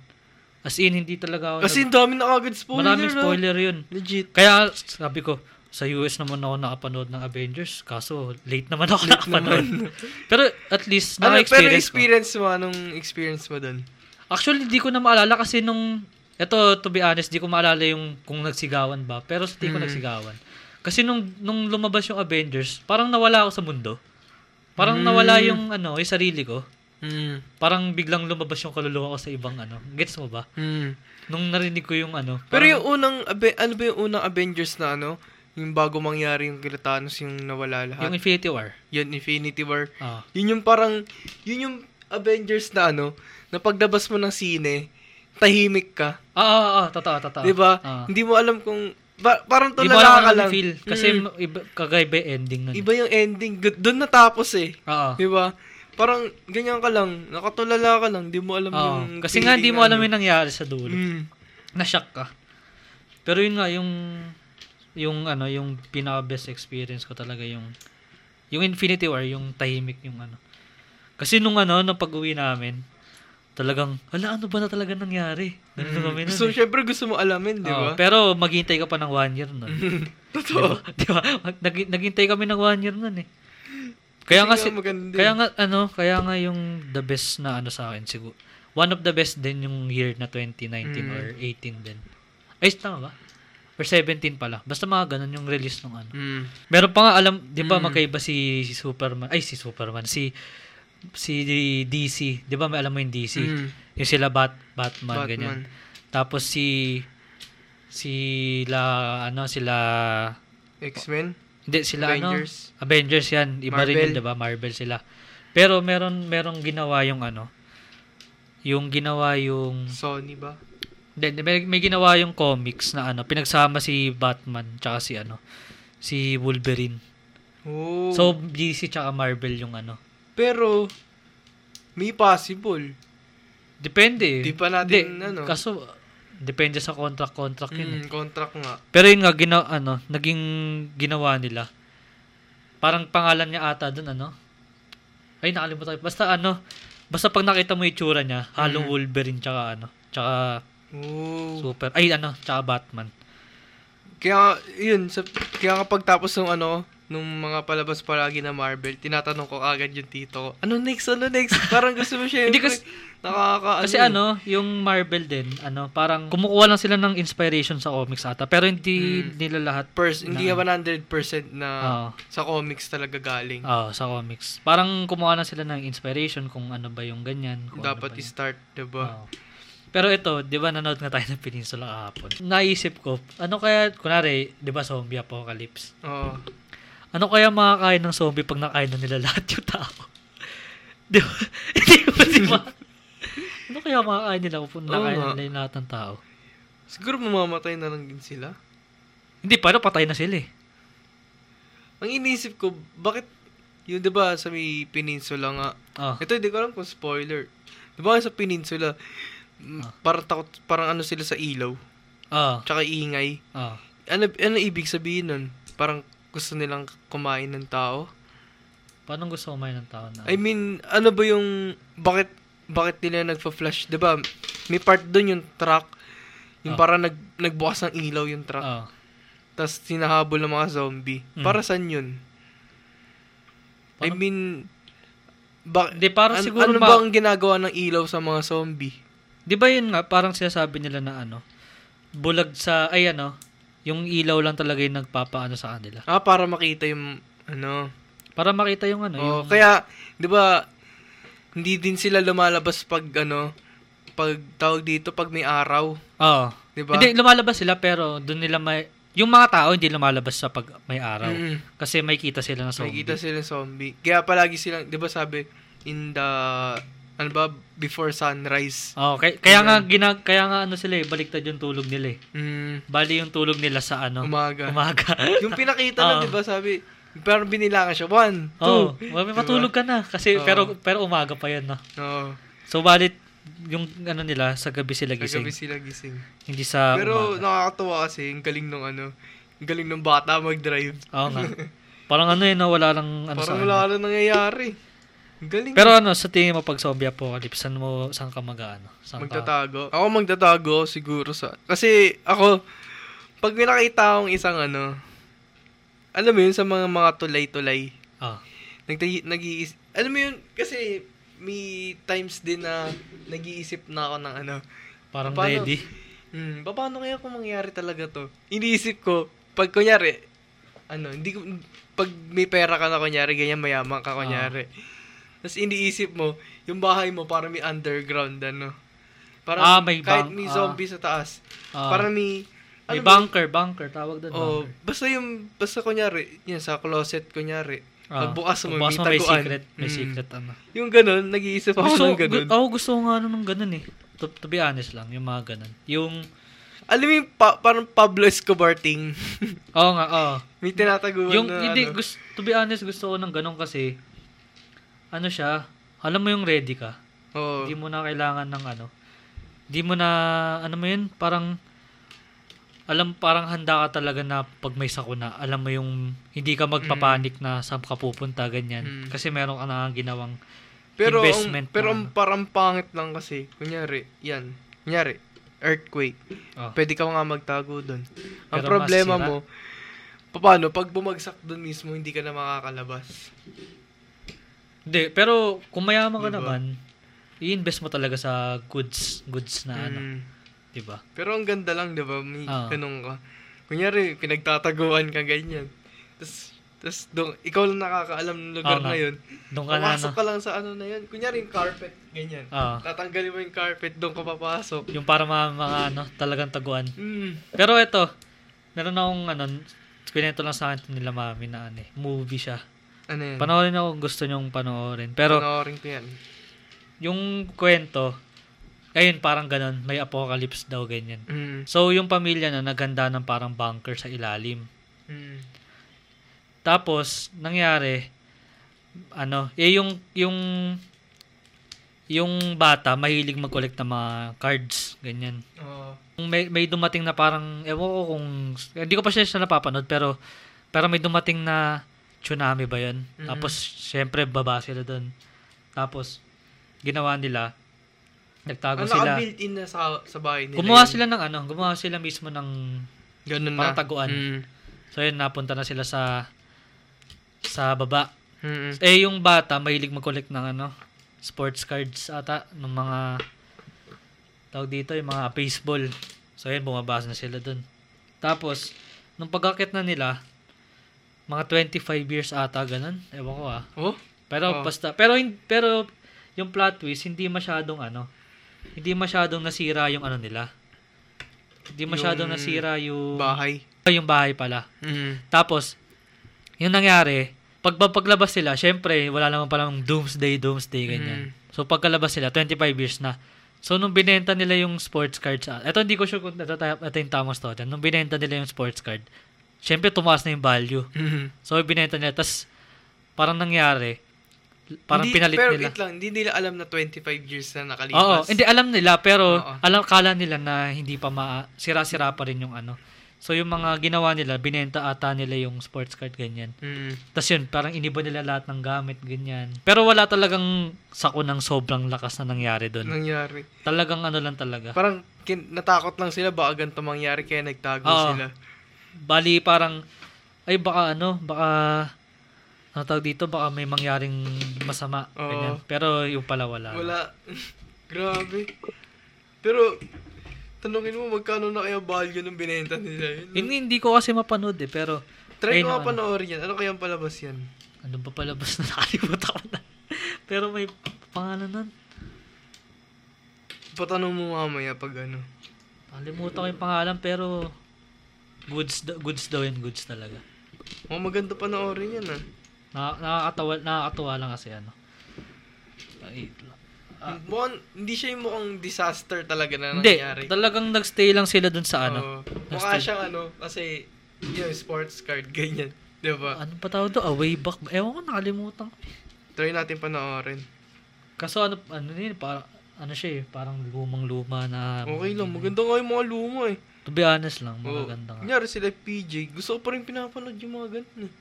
As in hindi talaga ako
kasi
nag-
ang dami na agad spoiler.
maraming
ah.
spoiler 'yun.
Legit.
Kaya sabi ko, sa US naman ako nakapanood ng Avengers, kaso late naman ako nakapanood. pero at least
Ano, pero
na-experience ko.
experience mo, anong experience mo dun?
Actually, di ko na maalala kasi nung... Ito, to be honest, di ko maalala yung kung nagsigawan ba. Pero sa tingin ko
Mm.
nagsigawan. Kasi nung, nung lumabas yung Avengers, parang nawala ako sa mundo. Parang
Mm.
nawala yung, ano, yung sarili ko.
Hmm.
Parang biglang lumabas yung kaluluwa ko sa ibang ano. Gets mo ba?
Hmm.
Nung narinig ko yung ano.
Pero
parang-
yung unang, Abe- ano ba yung unang Avengers na ano? Yung bago mangyari yung kila Thanos yung nawala
Yung
lahat.
Infinity War.
Yun, Infinity War.
Ah.
Yun yung parang, yun yung Avengers na ano, na paglabas mo ng sine, tahimik ka.
Ah, ah, ah, ah, totoo, totoo.
'Di ba?
Ah.
Hindi mo alam kung ba- parang
Di ba lang
tulala ka lang.
ano feel? Kasi
Mm.
mm. iba, kagaiba yung ending nun. Ah,
iba yung ending. Gu- Doon natapos eh.
Oo.
'Di ba? Parang ganyan ka lang, nakatulala ka lang, hindi mo alam
Oo.
yung
Ah. Kasi nga,
feeling
di mo alam Hmm.
ano.
yung nangyari sa dulo.
Mm.
na-shock ka. Pero yun nga, yung yung ano, yung pinaka-best experience ko talaga yung yung Infinity War, yung tahimik yung ano. Kasi nung ano, nung pag-uwi namin, talagang, ala, ano ba na talaga nangyari? Ganun na kami nun. eh.
So, syempre gusto mo alamin, 'di
Oo,
ba?
pero maghintay ka pa ng one year nun.
Totoo.
Di ba? Nag- naghintay kami ng one year nun eh. Kaya nga,
Kasi
si-
nga maganda
kaya
eh.
nga, ano, kaya nga yung the best na ano sa akin, siguro. One of the best din yung year na 2019
Mm.
or 18 din. Ay, tama ba? Or 17 pala. Basta mga ganun yung release nung ano.
Mm.
Meron pa nga alam, di ba
Mm.
magkaiba si, si Superman, ay si Superman, si si DC, di ba may alam mo yung DC?
Mm.
Yung sila Bat, Batman,
Batman.
ganyan. Tapos si sila ano sila
X-Men.
hindi sila
Avengers.
ano Avengers yan iba rin yun
Marvel.
'di ba Marvel sila pero meron merong ginawa yung ano yung ginawa yung
Sony ba?
hindi, hindi, may, may ginawa yung comics na ano pinagsama si Batman tsaka si ano si Wolverine
Oh.
so DC tsaka Marvel yung ano
pero may possible.
depende eh.
Di pa natin,
Hindi,
ano.
kaso depende sa contract contract yun eh.
Mm, contract nga.
Pero yun nga, gina, ano, naging ginawa nila. Parang pangalan niya ata dun, ano? Ay, nakalimutan. ko. Basta ano, basta pag nakita mo yung tsura niya, halong
Mm.
Wolverine, tsaka ano, tsaka
Oh.
Super, ay ano, tsaka Batman.
Kaya, yun, sa, kaya kapag tapos ng ano, nung mga palabas palagi na Marvel, tinatanong ko agad yung tito ko, ano next, ano next? Parang gusto mo siya.
Hindi kasi-
nakaka,
Kasi ano, yung Marvel din, ano, parang kumukuha lang sila ng inspiration sa comics ata, pero hindi
Mm.
nila lahat
Pers- hindi
na-
100% na
Oo.
sa comics talaga galing.
Oo, sa comics. Parang kumuha na sila ng inspiration kung ano ba yung ganyan. Kung ano ba
Dapat
yung-
i-start, diba?
Oo. Pero ito, di ba nanood nga tayo ng Peninsula kahapon? Naisip ko, ano kaya, kunwari, di ba zombie apocalypse?
Oo.
Ano kaya makakain ng zombie pag nakain na nila lahat yung tao? di ba? Di ba, di ba? ano kaya makakain nila kung nakain
nga.
nila yung lahat ng tao?
Siguro mamamatay na lang din sila.
Hindi, pero patay na sila eh.
Ang iniisip ko, bakit, yun diba sa may peninsula nga,
Oh.
ito hindi ko alam kung spoiler. Diba sa peninsula,
Ah.
m- parang takot, parang ano sila sa ilaw,
Oh.
tsaka ingay.
Oh.
Ano, ano ibig sabihin nun? Parang gusto nilang kumain ng tao?
Paano gusto kumain ng tao na?
I mean, ano ba yung, bakit, bakit nila nagpa-flash? Diba, may part dun yung truck, yung
Ah.
parang nag, nagbukas ng ilaw yung truck.
oh.
tas sinahabol ng mga zombie.
Mm.
Para saan yun? I
Parang-
mean, ba-
Di, parang
an-
siguro
ano
ma-
ba ang ginagawa ng ilaw sa mga zombie?
Di ba yun nga, parang sinasabi nila na ano, bulag sa, ay ano, yung ilaw lang talaga yung nagpapaano sa kanila.
Ah, para makita yung, ano,
Para makita yung ano,
oh,
yung,
kaya, di ba, hindi din sila lumalabas pag, ano, pag tawag dito, pag may araw.
Oo.
Di ba?
Hindi, lumalabas sila pero doon nila may, yung mga tao hindi lumalabas sa pag may araw.
Mm-mm.
Kasi may kita sila na zombie.
Makikita sila zombie. Kaya palagi silang, di ba sabi, in the, ano ba, before sunrise.
Oo, kay- kaya nga ginag kaya nga ano sila eh, baliktad yung tulog nila eh.
Mm,
Bali yung tulog nila sa ano,
umaga.
umaga.
yung pinakita na,
Oo.
di ba, sabi, parang binilangan siya, one,
Oo,
two. Diba?
may matulog ka na kasi
Oo.
pero pero umaga pa yun no.
Oo.
So balit yung ano nila sa gabi sila gising,
Kagabi sila gising.
hindi sa
Pero
umaga.
nakakatuwa kasi, ang galing nung ano, ang galing ng bata mag-drive.
Oo nga. Parang ano yun, no? wala lang ano sa ano.
Parang wala na nangyayari. Ang galing.
Pero ano, sa tingin mo pag zombie apocalypse, saan mo, saan ka mag-ano? Saan ka?
magtatago. Ako magtatago siguro sa... Kasi ako, pag may nakita akong isang ano, alam mo yun, sa mga mga tulay-tulay,
Ah.
nagtahi, nag-iisip, alam mo yun, kasi may times din na nag-iisip na ako ng ano,
Parang
Paano?
ready.
Hmm, ba, paano kaya kung mangyayari talaga to? Iniisip ko, pag kunyari, ano, hindi ko, pag may pera ka na kunyari, ganyan mayaman ka kunyari.
Ah.
Tapos iniisip mo, yung bahay mo para may underground, ano.
Ah,
Para
may bang-
kahit may
ah.
zombie sa taas.
Ah.
para may,
May
ano ba-
bunker, bunker. Tawag doon.
Oh,
bunker.
basta yung, basta kunyari, yan, sa closet kunyari.
Ah,
pagbukas mo,
pagbukas
may taguan.
secret. May
Mm.
secret, ano.
Yung ganun, nag-iisip ako
Gusto,
ng
gu-
ganun.
ako gusto ko nga ano ng ganun eh. To, to be honest lang, yung mga ganun. Yung,
Alam mo yung pa- parang Pablo Escobar thing.
oo nga, oo.
may tinataguan
Yung,
na
hindi,
ano.
gusto, to be honest, gusto ko ng ganun kasi, ano siya, alam mo yung ready ka.
Oo.
Hindi mo na kailangan ng ano. Hindi mo na, ano mo yun, parang, alam, parang handa ka talaga na pag may sakuna, alam mo yung, hindi ka magpapanik na saan ka pupunta, ganyan.
Mm.
Kasi meron ka na ginawang
Pero
investment.
Ang, pero
na
ang
ano.
parang pangit lang kasi, kunyari, yan, kunyari, earthquake.
Oh.
Pwede ka nga magtago doon. Ang
Pero
problema
masira.
mo, paano, pag bumagsak doon mismo, hindi ka na makakalabas.
Hindi, pero kung mayaman ka
Diba?
naman, i-invest mo talaga sa goods, goods na ano,
Mm.
'di ba?
Pero ang ganda lang, di ba? May
Ah.
ganun ka. Kunyari, pinagtataguan ka ganyan. Tapos, tas doon, ikaw lang nakakaalam ng
Oo
lugar
nga.
na yun.
Doon Ah, ka na ano,
Papasok ka lang sa ano na yun. Kunyari, yung carpet, ganyan.
Ah.
Tatanggalin mo yung carpet, doon ka papasok.
yung para mga, mga ano, talagang taguan.
Mm.
Pero ito, meron akong ano, kwento lang sa akin to nila mami na ano, eh, movie siya.
Ano yan?
Panoorin ako kung gusto nyong panoorin. Pero
Panoorin ko yan.
yung kwento, ayun parang ganun, may apocalypse daw ganyan.
Mm.
So yung pamilya na naganda ng parang bunker sa ilalim.
Mm.
Tapos nangyari ano, eh yung yung yung bata mahilig mag-collect ng mga cards, ganyan.
Oo.
Kung may may dumating na parang ewan ko kung hindi ko pa siya, siya napapanood pero pero may dumating na tsunami ba 'yon?
Mhm.
Tapos syempre baba sila doon. Tapos ginawa nila nagtago
Ano
sila.
naka-built-in na sa, sa bahay nila?
Gumawa
yun?
sila ng ano, gumawa sila mismo ng
Ganun na.
Parang taguan.
Mm.
So yun, napunta na sila sa sa baba.
Mm-mm.
Eh, yung bata, mahilig mag-collect ng ano, sports cards ata, ng mga, tawag dito, yung mga baseball. So, yun, bumabasa na sila dun. Tapos, nung pagkakit na nila, mga 25 years ata, ganun. Ewan ko ah.
Oh?
Pero
Oh.
basta, pero hin- pero yung plot twist hindi masyadong ano, hindi masyadong nasira yung ano nila. Hindi masyadong
Yung
nasira yung Ah,
Bahay.
yung bahay pala.
Mm.
Tapos yung nangyari, pag paglabas nila, syempre wala naman palang doomsday, doomsday ganyan.
Mm.
So pagkalabas nila, 25 years na. So nung binenta nila yung sports cards, ah, eto hindi ko sure kung ito, ito yung tamang story. Nung binenta nila yung sports card, syempre tumaas na yung value.
Mm.
So, binenta nila. Tapos, parang nangyari, parang
Hindi-
pinalit
pero
nila.
Pero lang, hindi nila alam na 25 years na nakalipas.
Oo, hindi alam nila, pero
Oo.
alam, kala nila na hindi pa ma, sira-sira pa rin yung ano. So, yung mga ginawa nila, binenta ata nila yung sports card, ganyan.
Mm.
Tapos yun, parang iniba nila lahat ng gamit, ganyan. Pero wala talagang sako ng sobrang lakas na nangyari doon.
Nangyari.
Talagang ano lang talaga.
Parang kin- natakot lang sila baka ganito mangyari kaya nagtago
Oo.
sila.
Bali, parang, ay baka ano, baka, ano tawag dito, baka may mangyaring masama,
Oo.
ganyan. Pero yung pala wala.
Wala. Grabe. Pero, tanungin mo magkano na kaya value ng binenta nila yun.
Hindi, hindi ko kasi mapanood eh, pero
Try
ayun
ko
ang
nga panoorin yan. Ano kayang palabas yan?
Ano, ano ba palabas na nakalimutan ko na. pero may pangalan nun.
Patanong mo mamaya pag ano.
Nakalimutan ko yung pangalan pero goods da- goods daw yun, goods talaga.
Oh, maganda panoorin yan ah.
Na, nakakatawa, nakakatawa lang kasi ano. Ay,
Mukhang, hindi siya yung mukhang disaster talaga
Ah.
na
hindi,
nangyari.
talagang nagstay lang sila dun sa ano.
Oo. mukha siyang ano, kasi yun, sports card, ganyan. Di ba?
Ano pa tawag doon? A way back. ba? Ewan ko, nakalimutan ko.
Try natin panoorin.
Kaso ano, ano yun, parang, ano siya eh, parang lumang-luma na,
Okay lang, maganda nga yung mga luma eh.
to be honest lang,
Oo.
magaganda nga.
Kunyari sila PJ, gusto ko pa rin pinapanood yung mga ganun eh.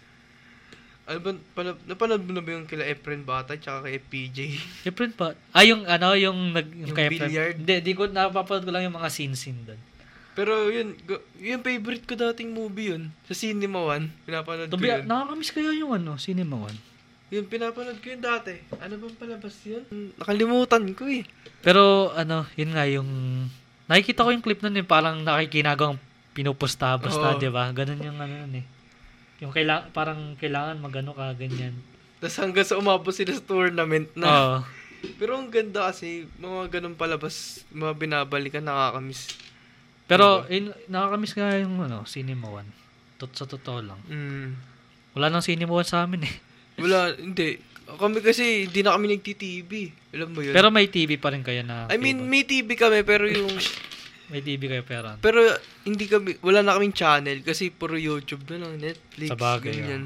Ano ba, pala, napanood mo na ba yung kila Efren Bata tsaka kay PJ?
Different pa. Ah, yung ano, yung nag...
Yung
kaya-
billiard?
Hindi, di ko, napapanood ko lang yung mga scene-scene doon.
Pero yun, go- yung favorite ko dating movie yun. Sa Cinema One, pinapanood ko
Tabi,
yun.
nakakamiss kaya yung ano, Cinema One.
Yun, pinapanood ko yun dati. Ano bang palabas yun? Hmm, Nakalimutan ko eh.
Pero, ano, yun nga yung... Nakikita ko yung clip nun eh, parang nakikinagawang pinupusta, basta,
Oo.
di ba? Ganun yung ano nun eh. Yung kaila- parang kailangan magano ka, ganyan.
Tapos hanggang sa umabot sila sa tournament na.
Oo.
Pero ang ganda kasi, mga ganun palabas, mga binabalikan, nakakamiss.
Pero,
Diba?
yun, nakakamiss nga yung ano, Cinema One. Tot sa totoo lang.
Mm.
Wala nang Cinema One sa amin eh.
Wala, hindi. Kami kasi, hindi na kami nagti-TV. Alam mo yun?
Pero may TV pa rin kayo na...
I mean,
cable.
may TV kami, pero yung...
may TV kayo pero... ano.
Pero hindi kami, wala na kaming channel kasi puro YouTube na lang, Netflix,
Sabagay, ah.
ganyan.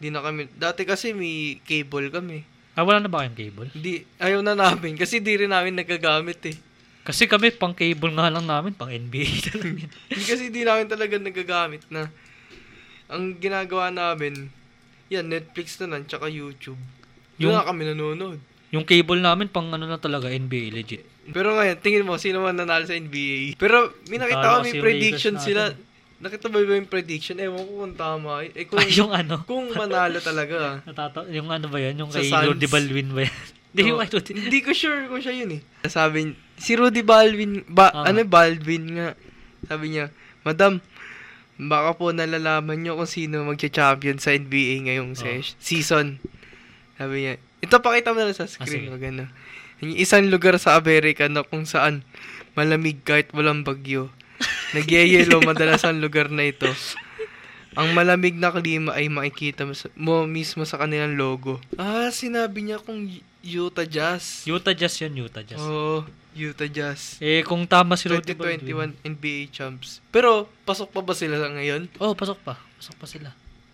Hindi na kami, dati kasi may cable kami.
Ah, wala na ba kayong cable?
Hindi, ayaw na namin kasi di rin namin nagagamit eh.
Kasi kami, pang cable nga lang namin, pang NBA talaga. yun.
Hindi kasi di namin talaga nagagamit na. Ang ginagawa namin, yan, Netflix na lang, tsaka YouTube. Doon
Yung-
na kami nanonood.
yung cable namin, pang ano na talaga, NBA legit.
Pero ngayon, tingin mo, sino man nanalo sa NBA? Pero, may nakita ko,
Talo kasi
may
yung
prediction
Lakers
sila. Nakita ba ba yung prediction? Ewan ko kung tama. Eh, kung,
Ay, yung ano,
kung manalo talaga.
natata- yung ano ba yan, yung
Sa
kay
Suns.
Rudy Balwin ba yan? Hindi, yung
So,
kay Rudy.
Hindi ko sure kung siya yun eh. Sabi niya, si Rudy Balvin, ba,
Ah.
ano Balvin nga. Sabi niya, Madam, baka po nalalaman niyo kung sino magcha-champion sa NBA ngayong ses- season. Sabi niya, ito pakita mo na lang sa
sige.
screen. wag ano. Yung isang lugar sa Amerika na kung saan malamig kahit walang bagyo. Nagyayelo madalas ang lugar na ito. Ang malamig na klima ay makikita mo, sa- mo mismo sa kanilang logo. Ah, sinabi niya kung Y- Utah Jazz.
Utah Jazz yun, Utah Jazz.
Oo, Utah Jazz.
Eh, kung tama si Rudy Balwin.
2021 NBA champs. Pero, pasok pa ba sila sa ngayon?
Oh, pasok pa. Pasok pa sila.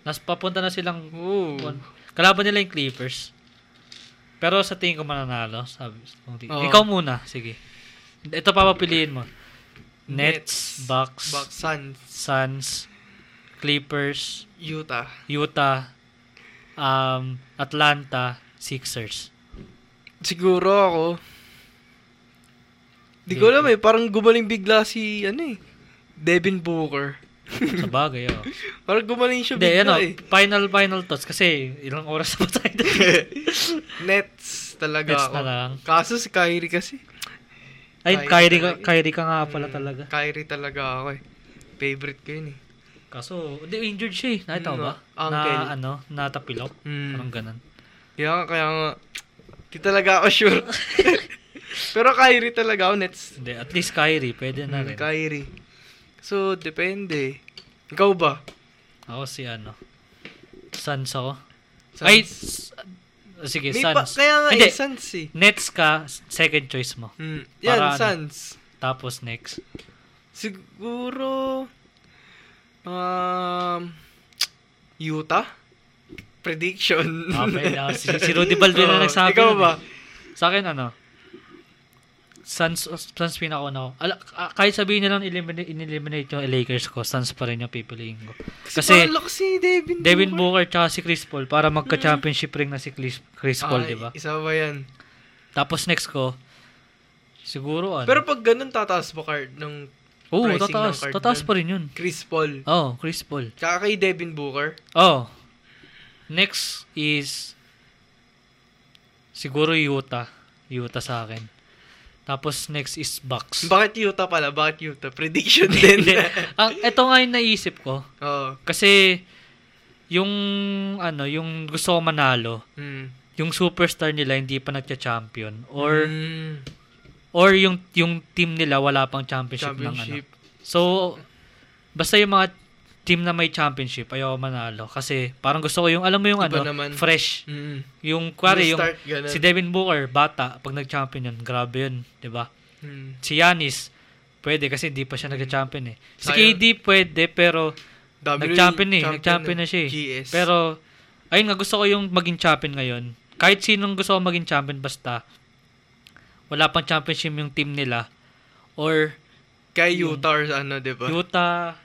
Nas papunta na silang
Oo.
one. Kalaban nila yung Clippers. Pero sa tingin ko mananalo. Sabi, kung di-
Oo.
Ikaw muna, sige. Ito papapiliin mo. Nets, Bucks,
Bucks, Suns,
Suns, Clippers,
Utah.
Utah, um, Atlanta, Sixers.
Siguro ako. Di ko alam eh, parang gumaling bigla si, ano eh, Devin Booker.
Sa bagay, oh.
Parang gumaling siya
Hindi,
bigla
ano,
eh.
final, final thoughts. Kasi ilang oras na pa tayo dito.
Nets talaga
Nets
ako.
na lang.
Kaso si Kyrie kasi.
Ay, Kyrie, ka, Kyrie ka nga
Mm.
pala talaga.
Kyrie talaga ako eh. Favorite ko yun eh.
Kaso, hindi, injured siya eh. Nakita mo
Mm,
ba?
ankle.
Na, ano, natapilok.
Mm.
Parang ganun.
Kaya nga, kaya nga. Di talaga ako sure. Pero Kyrie talaga ako, Nets.
Hindi, at least Kyrie, pwede na
Mm,
rin.
Kyrie. So, depende. Ikaw ba?
Ako si ano, Suns ako.
Suns?
Ay, s- sige,
May pa-
Suns.
kaya nga
Hindi,
eh, Suns eh.
Nets ka, second choice mo.
Mm, yan,
Para ano?
Suns.
Tapos next.
Siguro, um, Utah? Prediction.
Ah, pwede. Ah, si, si Rudy Baldwin
Oo,
na nagsabi.
Ikaw
nun eh.
ba?
Sa akin, ano, Suns, Suns pinakauna ko. Ala- ah, Kahit sabihin nilang eliminate, in-eliminate yung Lakers ko, Suns pa rin yung pipiliin ko. Kasi,
Kasi, si Devin
Devin Booker tsaka si Chris Paul para magka-championship ring na si Chris, Chris Paul,
Ah,
di ba?
Isa ba yan?
Tapos next ko, siguro ano.
Pero pag ganun, tataas ba card ng
Oo,
pricing ng
tataas.
card
Tataas
nun?
pa rin yun.
Chris Paul?
Oh, Chris Paul.
Tsaka kay Devin Booker?
Oh. Next is siguro Utah. Utah sa akin. Tapos next is Bucks.
Bakit Utah pala? Bakit Utah? Prediction din.
Hindi. Ang ito Ah, nga yung naisip ko
Oo.
kasi yung ano, yung gusto ko manalo,
Hmm.
yung superstar nila hindi pa nagcha-champion or
Hmm.
or yung yung team nila wala pang championship, ng ano.
championship.
So basta yung mga team na may championship ayaw ko manalo kasi parang gusto ko yung alam mo yung
Iba
ano,
naman.
fresh.
Hmm.
Yung kwari, yung
Restart, ganun.
si Devin Booker, bata, pag nag-champion yun, grabe yun, di ba?
Hmm.
Si Yanis, pwede kasi hindi pa siya nag-champion eh. Si
Sayang.
KD pwede, pero
WWE
nag-champion eh,
E, champion
nag-champion na siya eh.
GS.
Pero, ayun nga, gusto ko yung maging champion ngayon. Kahit sinong gusto ko maging champion, basta wala pang championship yung team nila. Or
Kay Utah or ano, di ba?
Utah,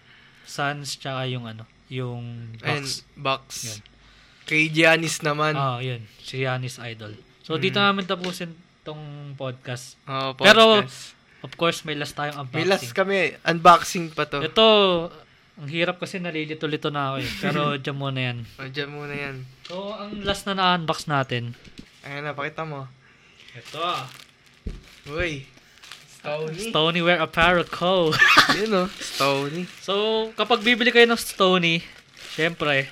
Suns, tsaka yung ano, yung
And
Bucks.
Box.
Yun.
Kay Giannis naman.
Ah, yun. Si Yanis Idol.
Hmm.
So, dito namin tapusin tong podcast.
Oo,
Pero-
podcast.
Of course, may last tayong unboxing.
may last kami. Unboxing pa to.
Ito, ang hirap kasi nalilito-lito na ako eh. Pero dyan muna yan.
O, Oh, dyan muna yan.
So, ang last na na-unbox natin.
Ayan na, pakita mo.
Ito ah.
Uy. Stony.
Stony Wear Apparel Co.
Yun o. Stony.
so, kapag bibili kayo ng Stony, syempre,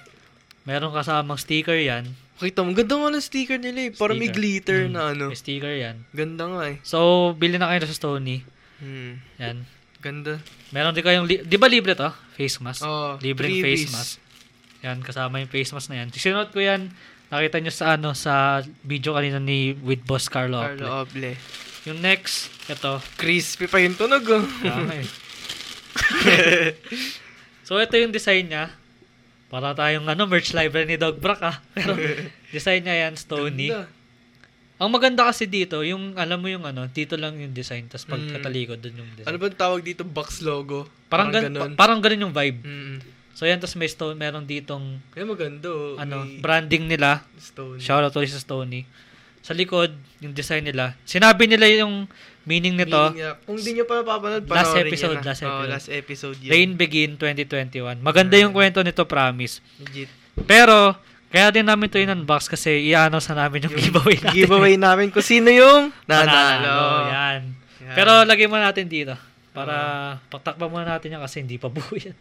meron kasamang sticker yan.
Pakita mo. Ganda nga ng sticker nila eh. Parang may
Sticker.
glitter
Mm,
na ano.
May sticker yan.
Ganda nga eh.
So, bili na kayo sa Stony.
Hmm.
Yan.
Ganda.
Meron din kayong, li- di ba libre to? Face mask.
Oo,
Libreng
three
face
piece.
mask. Yan, kasama yung face mask na yan. Sinunod ko yan, nakita nyo sa ano, sa video kanina ni with Boss Carlo. Aple.
Carlo Oble.
Yung next, ito.
Crispy pa yung tunog oh.
Tama eh. so, ito yung design niya. Para tayong ano, merch library ni Dog Brack ah. Pero, design niya yan, Stony.
Ganda.
Ang maganda kasi dito, yung alam mo yung ano, dito lang yung design, tapos
Mm.
pagkatalikod dun yung design.
Ano ba tawag dito? Box logo.
parang, gan-
ganun.
pa- parang ganun yung vibe.
Mm.
So yan, tapos may stone, meron ditong
Kaya maganda oh.
ano,
May
branding nila.
Stone.
Shoutout ulit sa Stony. Sa likod, yung design nila. Sinabi nila yung meaning nito.
Meaning niya, Kung di nyo pa napapanood,
Last
panoorin niyo
episode,
na.
last
Oo,
episode.
last episode yun.
Rain Begin 2021. Maganda yung kwento nito, promise.
Legit.
Pero, kaya din namin ito in-unbox kasi i-announce na namin yung giveaway natin.
Giveaway namin kung sino yung
Nanalo.
nanalo.
Yan.
Yan.
Pero lagay mo natin dito. Para patakpan muna natin yan kasi hindi pa buo yan.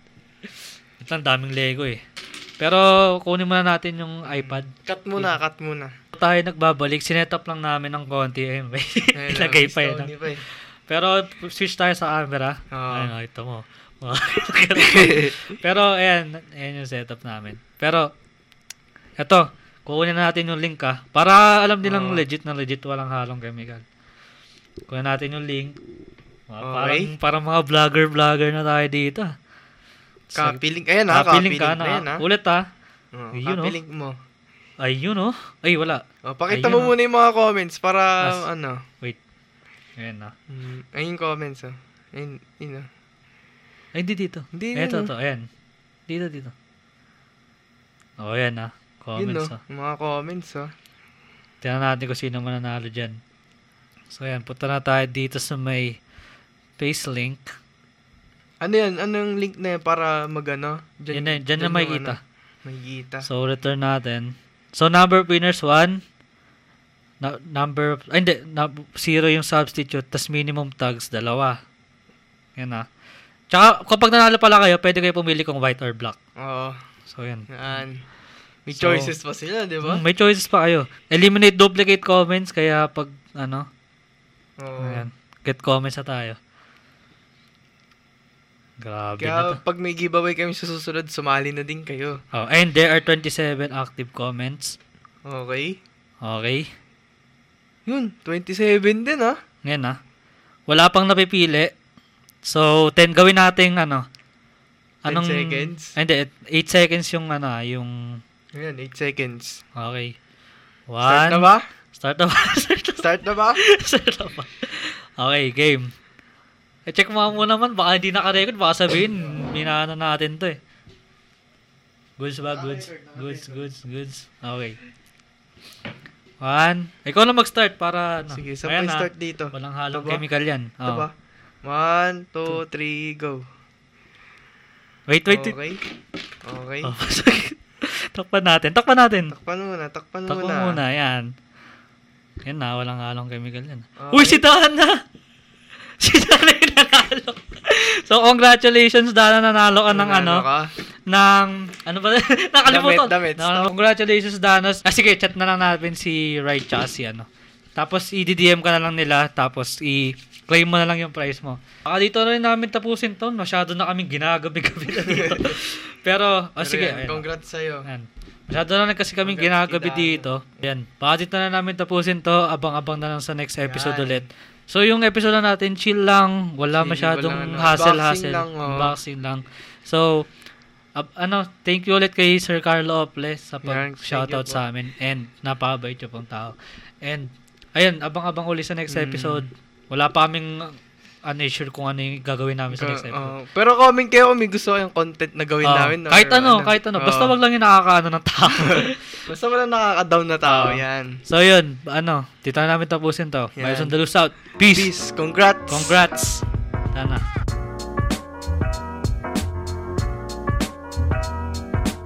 Ito ang daming Lego eh. Pero kunin muna natin yung iPad.
Cut muna, cut muna.
tayo nagbabalik, sinetap lang namin ng konti. Ayun, may
Ayun,
ilagay
oh,
pa yun.
Stony
ah.
pa eh.
Pero switch tayo sa camera.
Oo.
Ayun, oh, ito mo. Pero ayan, ayan yung setup namin. Pero, eto, kukunin na natin yung link ah. Para alam nilang
Oo.
legit na legit, walang halong chemical. Kunin natin yung link. Mga
Okay.
Parang, parang mga vlogger-vlogger na tayo dito. ah.
Copy link. Ayan ha,
Copy link ka
ka na.
na.
Ayan ha.
ah. Ulit ah.
Oh,
Yun,
Copy
oh.
link mo.
Ayun oh. Ay, wala.
Oh, pakita
Ayun,
mo
oh.
muna yung mga comments para
Last.
ano.
Wait. Ayan ah.
Mm, Ayun yung comments oh. Ayun, yun oh.
Ay, hindi dito.
Hindi,
Eto,
yun,
to. Ayan. Dito, dito. O, oh, ayan ah.
Yun
Comments
oh.
ah.
Mga comments oh.
Tingnan natin kung sino mananalo dyan. So, ayan. Punta na tayo dito sa may face link.
Ano yan? Anong link na yan para ano, magano?
Yan na- dyan na
yung
makikita.
ano, makikita.
So, return natin. So, number of winners, 1. Na- number of... Ay, hindi. Na- zero yung substitute. tas minimum tags, dalawa. Yan na. Tsaka, kapag nanalo pala kayo, pwede kayo pumili kung white or black.
Oo.
So, yan.
Yan. May
So-
choices pa sila, di ba?
Mm, may choices pa kayo. Eliminate duplicate comments, kaya pag, ano,
Oo.
ayan, get comments na tayo. Grabe na to.
Kaya pag may giveaway kami sa susunod, sumali na din kayo.
Oh, and there are 27 active comments.
Okay?
Okay.
Yun, 27 din ah.
Ngayon ah. Wala pang napipili. So, 10 gawin nating ano.
10 seconds?
Ay, Hindi, 8 seconds yung ano, ah, yung
Ayan, 8 seconds.
okay.
Start
One.
na ba?
Start na ba? Start na ba?
Start na
Start na
ba?
ba? Okay, game. Eh, check mo muna man. Baka hindi naka-record. Baka sabihin, binaano natin to eh. Goods ba? Goods. Goods, goods, goods. Okay. One. Ikaw na mag-start para ano.
Sige,
Ayan, ah.
sabay start dito.
Walang halong
Ito ba?
chemical yan. Oh.
Ito
Oo.
ba? 1, 2, 3, go.
Wait, wait. wait.
Okay? Okay.
Oh, sorry. takpan natin. Takpan natin.
Takpan muna, takpan muna.
Takpan muna. Yan. Yan na. Walang halong chemical yan.
Okay.
Uy, si Dana! Si Dana yung nanalo. so, congratulations, Dana. Nanalo ka ng ano?
Ano ka?
Ng, ano ba? Nakalimutan.
Damit, damit.
Na- congratulations, Dana. Ah, sige, chat na lang natin si Ray tsaka si ano. Tapos, i-DDM ka na lang nila. Tapos, i-claim mo na lang yung prize mo. Baka dito na rin namin tapusin to. Masyado na kaming ginagabi-gabi na dito. Pero, oh, sige.
Ayan,
ayun.
Congrats sa'yo.
Ayan. Masyado na lang kasi kaming
Hanggang
ginagabi
kidaan.
dito. Ayan. Baka dito na namin tapusin to. Abang-abang na lang sa next episode
Yan.
ulit. So, yung episode na natin, chill lang. Wala
Chill,
masyadong
walang ano.
hassle-hassle.
Unboxing lang, oh.
Unboxing lang. So, ab- ano, thank you ulit kay Sir Carlo Oples sa
Yan, thank
pag-shoutout
you po.
sa amin. And, napakabait niyo pong tao. And, ayun, abang-abang ulit sa
Mm.
next episode. Wala pa kaming ano, sure kung ano yung gagawin namin sa
Ka-
next episode.
oo. pero comment kayo kung may gusto kayong content na oh, gawin
Oo.
namin. or Oh.
kahit ano, kahit ano. Basta
Oo.
wag lang yung nakakaano ng tao.
Basta wala nakaka-down na tao,
Oo.
yan.
So yun, ano, dito na namin tapusin to.
Yan.
Bison the Loose out. Peace.
Peace, congrats!
Congrats. Tana.